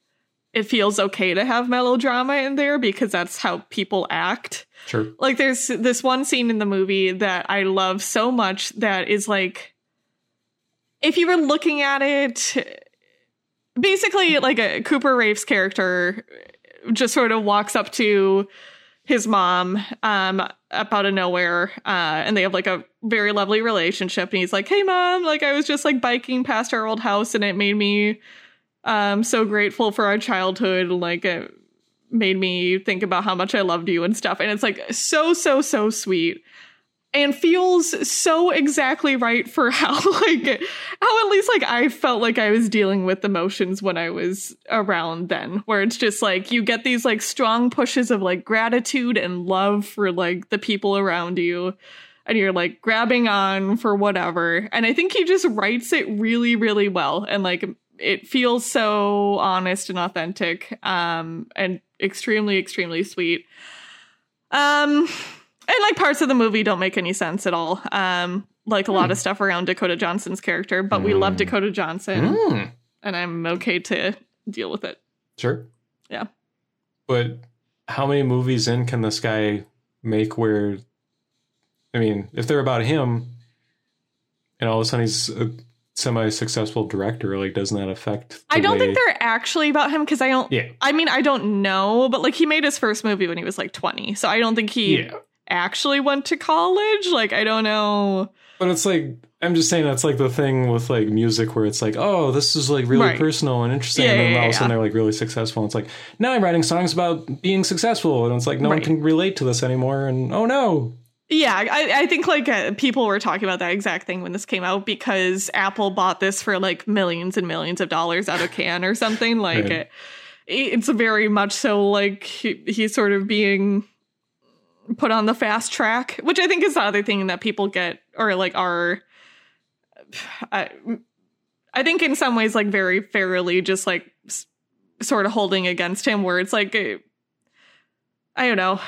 it feels okay to have melodrama in there because that's how people act
Sure.
like there's this one scene in the movie that I love so much that is like if you were looking at it basically like a Cooper Rafe's character just sort of walks up to his mom um up out of nowhere uh and they have like a very lovely relationship and he's like hey mom like I was just like biking past our old house and it made me um so grateful for our childhood like it made me think about how much I loved you and stuff. And it's like so, so, so sweet. And feels so exactly right for how like how at least like I felt like I was dealing with emotions when I was around then, where it's just like you get these like strong pushes of like gratitude and love for like the people around you. And you're like grabbing on for whatever. And I think he just writes it really, really well. And like it feels so honest and authentic um and extremely extremely sweet um and like parts of the movie don't make any sense at all um like a lot
Hmm.
of stuff around dakota johnson's character but we love
Mm.
dakota johnson
Mm.
and i'm okay to deal with it
Sure.
Yeah.
But how many movies in can this guy make where, I mean, if they're about him and all of a sudden he's a semi successful director, like, doesn't that affect? the
i don't
way-
think they're actually about him because i don't
Yeah.
i mean i don't know but like he made his first movie when he was like 20 so i don't think he
Yeah.
actually went to college like i don't know
But it's like I'm just saying that's like the thing with like music where it's like, oh, this is like really
Right.
personal and interesting,
Yeah,
and then
yeah,
all of a sudden
yeah.
they're like really successful. And it's like now I'm writing songs about being successful, and it's like no one
Right.
can relate to this anymore. And oh no,
Yeah, I, I think like uh, people were talking about that exact thing when this came out because Apple bought this for like millions and millions of dollars out of can or something. Like
Right.
it, it's very much so like he, he's sort of being put on the fast track, which I think is the other thing that people get or like are. I, I think in some ways like very fairly just like s- sort of holding against him where it's like. uh, I don't know.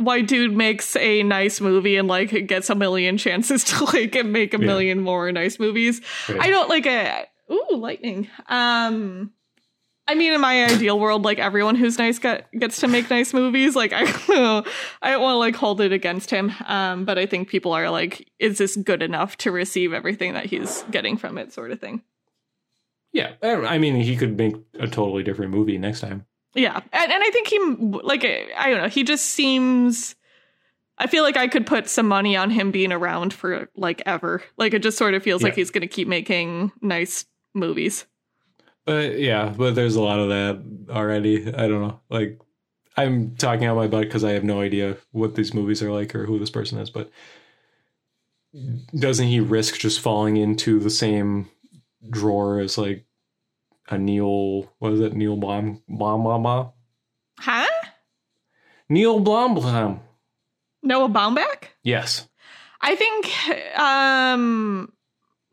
White dude makes a nice movie and like gets a million chances to like make a
Yeah.
million more nice movies. I don't like a ooh lightning. Um, I mean, in my ideal world, like everyone who's nice get, gets to make nice movies. Like I, I don't want to like hold it against him. Um, but I think people are like, is this good enough to receive everything that he's getting from it, sort of thing.
yeah, I don't- I mean he could make a totally different movie next time.
Yeah, and and I think he like I don't know. He just seems. I feel like I could put some money on him being around for like ever. Like it just sort of feels like
Yeah.
he's going to keep making nice movies.
But Uh, yeah, but there's a lot of that already. I don't know. Like I'm talking out my butt because I have no idea what these movies are like or who this person is, but doesn't he risk just falling into the same drawer as like a Neil what is it? Neil Blom Blom Blom, Blom?
Huh?
Neil Blom Blom.
Noah Baumbach?
Yes.
I think um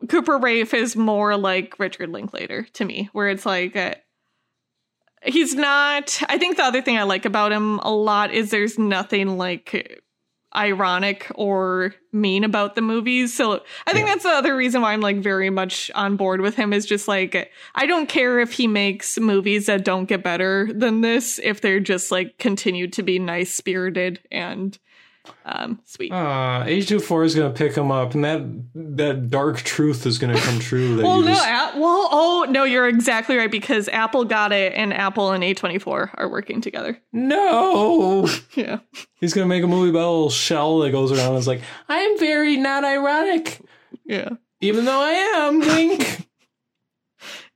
Cooper Rafe is more like Richard Linklater to me, where it's like uh, he's not. I think the other thing I like about him a lot is there's nothing like ironic or mean about the movies. So I think
Yeah.
that's the other reason why I'm like very much on board with him is just like I don't care if he makes movies that don't get better than this if they're just like continued to be nice spirited and um sweet.
Uh H24 is gonna pick him up and that that dark truth is gonna come true that
Well,
you
no,
just-
a- well, oh no, you're exactly right because Apple got it, and Apple and A24 are working together.
No
Yeah,
He's gonna make a movie about a little shell that goes around and is like, I'm very not ironic,
yeah,
even though I am, wink.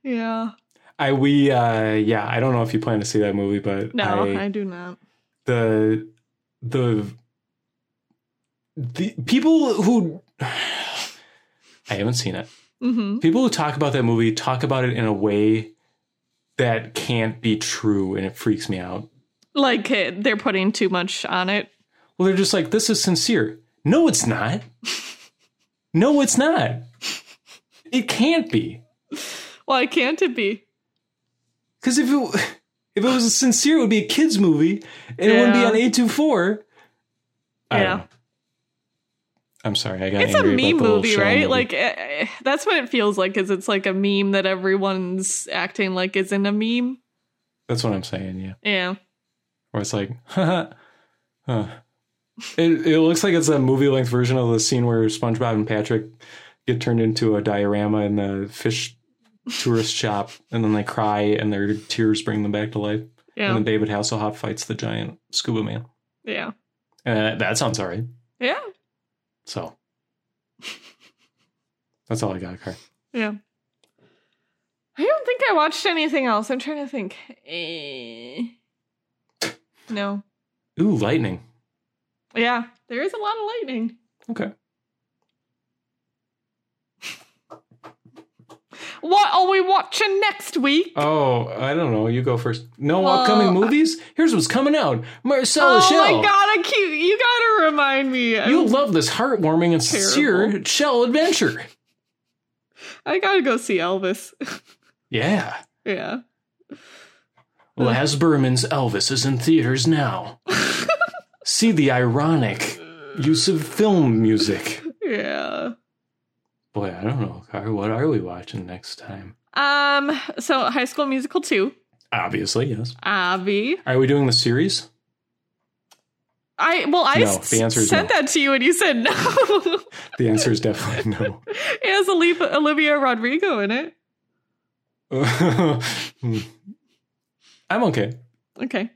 yeah.
I we uh yeah, I don't know if you plan to see that movie, but
No,
I,
I, do not.
the the the people who I haven't seen it.
hmm
People who talk about that movie talk about it in a way that can't be true and it freaks me out.
Like eh, they're putting too much on it.
Well, they're just like, this is sincere. No, it's not. No, it's not. It can't be.
Why can't it be?
Because if it if it was sincere, it would be a kids movie, and it wouldn't be
Yeah.
on eight two four.
Yeah.
I'm sorry, I got.
It's a
angry about
meme
the little
movie,
shell
right?
movie.
Like eh, eh, that's what it feels like. Is it's like a meme that everyone's acting like isn't a meme.
that's what I'm saying. Yeah,
Yeah,
where it's like, huh. It it looks like it's a movie length version of the scene where SpongeBob and Patrick get turned into a diorama in the fish tourist shop, and then they cry, and their tears bring them back to life. And
yeah,
then David Hasselhoff fights the giant scuba man.
yeah,
Uh, that sounds alright.
yeah,
So that's all I got, Car.
yeah. I don't think I watched anything else. I'm trying to think. Eh. No.
Ooh, lightning.
Yeah, there is a lot of lightning.
Okay.
What are we watching next week?
Oh, I don't know. You go first. No
Well, uh,
upcoming movies? Here's what's coming out. Marcella
oh
Shell.
my god, I cute. You gotta remind me. I'm-
You'll love this heartwarming and sincere
Terrible.
shell adventure.
I gotta go see Elvis.
Yeah.
yeah.
Laz Berman's Elvis is in theaters now. See the ironic use of film music.
Yeah.
Boy, I don't know, Car. What are we watching next time?
Um, so High School Musical 2,
Obviously, yes.
Abby.
Are we doing the series?
I well I
No,
s-
the answer is
sent
no.
that to you and you said no.
The answer is definitely no.
it has Olivia, Olivia Rodrigo in it.
Hmm. I'm okay.
Okay.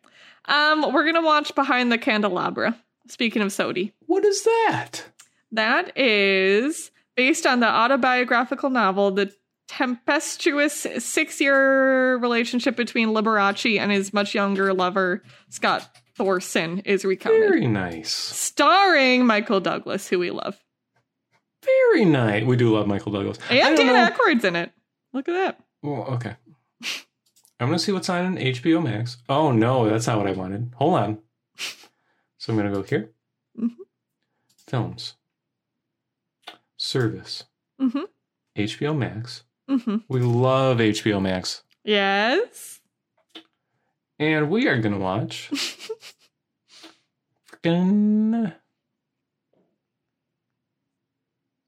Um, we're gonna watch Behind the Candelabra. Speaking of Sodi.
What is that?
That is based on the autobiographical novel, the tempestuous six year relationship between Liberace and his much younger lover, Scott Thorson, is recounted.
Very nice.
Starring Michael Douglas, who we love,
Very nice. We do love Michael Douglas. I
and
don't
Dan
know-
Aykroyd's in it. Look at that.
Well, okay. I'm gonna see what's on HBO Max. Oh no, that's not what I wanted. Hold on. So I'm gonna go here.
Mhm.
Films. Service.
Mm-hmm.
HBO Max.
Mm-hmm.
We love HBO Max.
Yes.
And we are gonna watch frickin'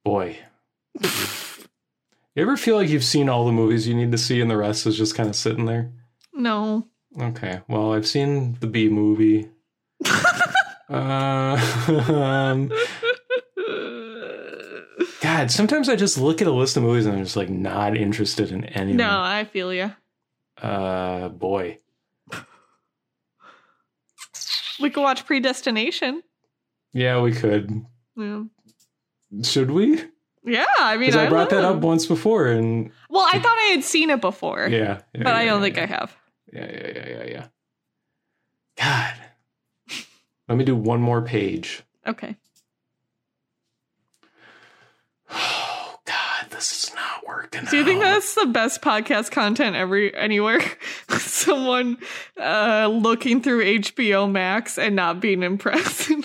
Boy. you ever feel like you've seen all the movies you need to see and the rest is just kind of sitting there?
No.
Okay. Well, I've seen the B movie. Uh, um,
no,
God, sometimes I just look at a list of movies and I'm just like not interested in any. of them.
I feel you.
Uh, boy.
We could watch Predestination.
Yeah, we could.
Yeah.
Should we?
Yeah, I mean,
Because
I,
I brought that
don't
up
know.
once before, and
Well, I thought I had seen it before,
yeah, yeah,
but
yeah,
I don't
yeah,
think
yeah.
I have.
Yeah, yeah, yeah, yeah, yeah. God. Let me do one more page.
Okay.
Oh God, this is not working.
Do you think
out.
that's the best podcast content every anywhere? Someone uh, looking through HBO Max and not being impressed.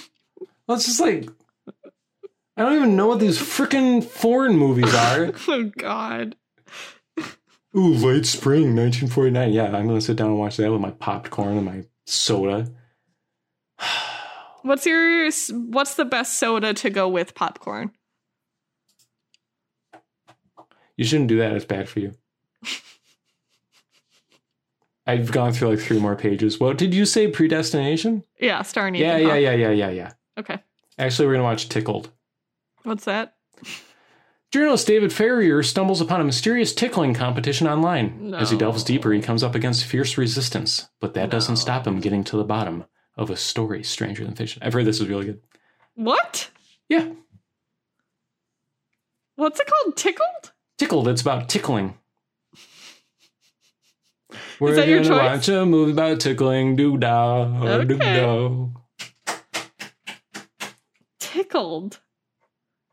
Well, it's just like I don't even know what these freaking foreign movies are.
oh God.
Ooh, late spring, 1949. Yeah, I'm gonna sit down and watch that with my popcorn and my soda.
What's your what's the best soda to go with popcorn?
You shouldn't do that. It's bad for you. I've gone through like three more pages. What did you say? Predestination?
Yeah, Star and
Yeah,
Ethan
yeah,
Hawke.
yeah, yeah, yeah, yeah.
Okay.
Actually, we're gonna watch Tickled.
What's that?
Journalist David Ferrier stumbles upon a mysterious tickling competition online. As he
No.
delves deeper, he comes up against fierce resistance, but that doesn't
No.
stop him getting to the bottom of a story stranger than fiction. I've heard this is really good.
What?
Yeah,
What's it called? Tickled?
Tickled. It's about tickling. We're
that your
gonna
choice?
watch a movie about tickling. Doo da,
Okay.
doo da.
Tickled.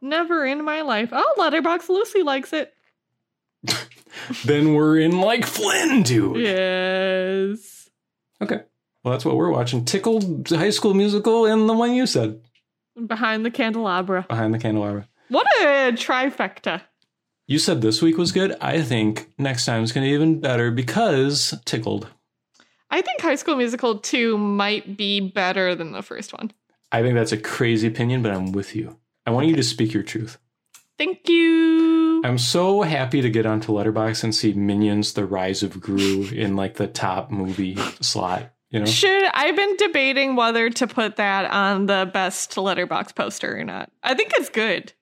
Never in my life. Oh, Letterbox Lucy likes it.
Then we're in like Flynn, dude.
Yes.
Okay. Well, that's what we're watching. Tickled, High School Musical, and the one you said
Behind the candelabra.
behind the candelabra.
What a trifecta.
You said this week was good. I think next time is going to be even better because tickled.
I think High School Musical 2 might be better than the first one.
I think that's a crazy opinion, but I'm with you. I want you to speak your truth.
Thank you.
I'm so happy to get onto Letterbox and see Minions: The Rise of Gru in like the top movie slot. You know,
Should I've been debating whether to put that on the best letterbox poster or not. I think it's good.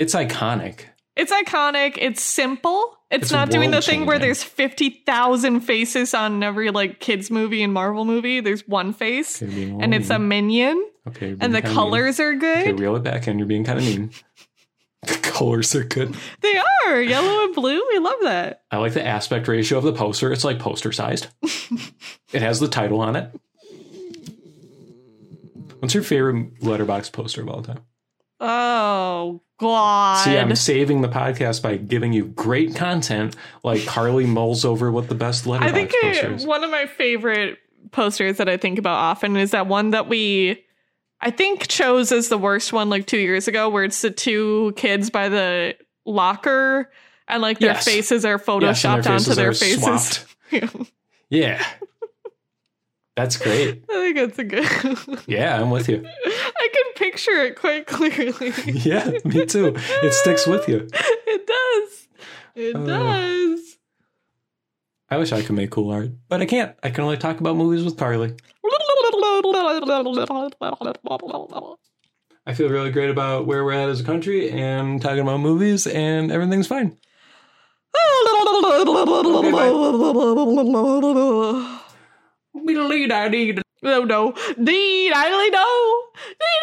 it's iconic.
It's iconic. It's simple. It's,
It's
not doing the thing where
world-changing.
there's 50,000 faces on every like kids movie and Marvel movie. There's one face
Okay, being
and it's a
mean.
minion
okay, you're being
and the
kinda mean.
colors are
Okay,
good.
reel it back in. You're being kind of mean. the colors are good.
They are yellow and blue. We love that.
I like the aspect ratio of the poster. It's like poster sized. it has the title on it. What's your favorite letterbox poster of all time?
Oh god.
See, I'm saving the podcast by giving you great content like Carly mulls over what the best letterbox
I think
poster
it,
is.
one of my favorite posters that I think about often is that one that we, I think, chose as the worst one like two years ago, where it's the two kids by the locker and like their
Yes.
faces are
Yes, and
photoshopped onto their
are
faces.
swapped.
Yeah.
Yeah. That's great.
I think it's a good.
Yeah, I'm with you.
I can picture it quite clearly.
Yeah, me too. It sticks with you.
It does. It
Uh.
does.
I wish I could make cool art, but I can't. I can only talk about movies with Carly. I feel really great about where we're at as a country and talking about movies, and everything's fine.
No, no. Dee, I know. Dee,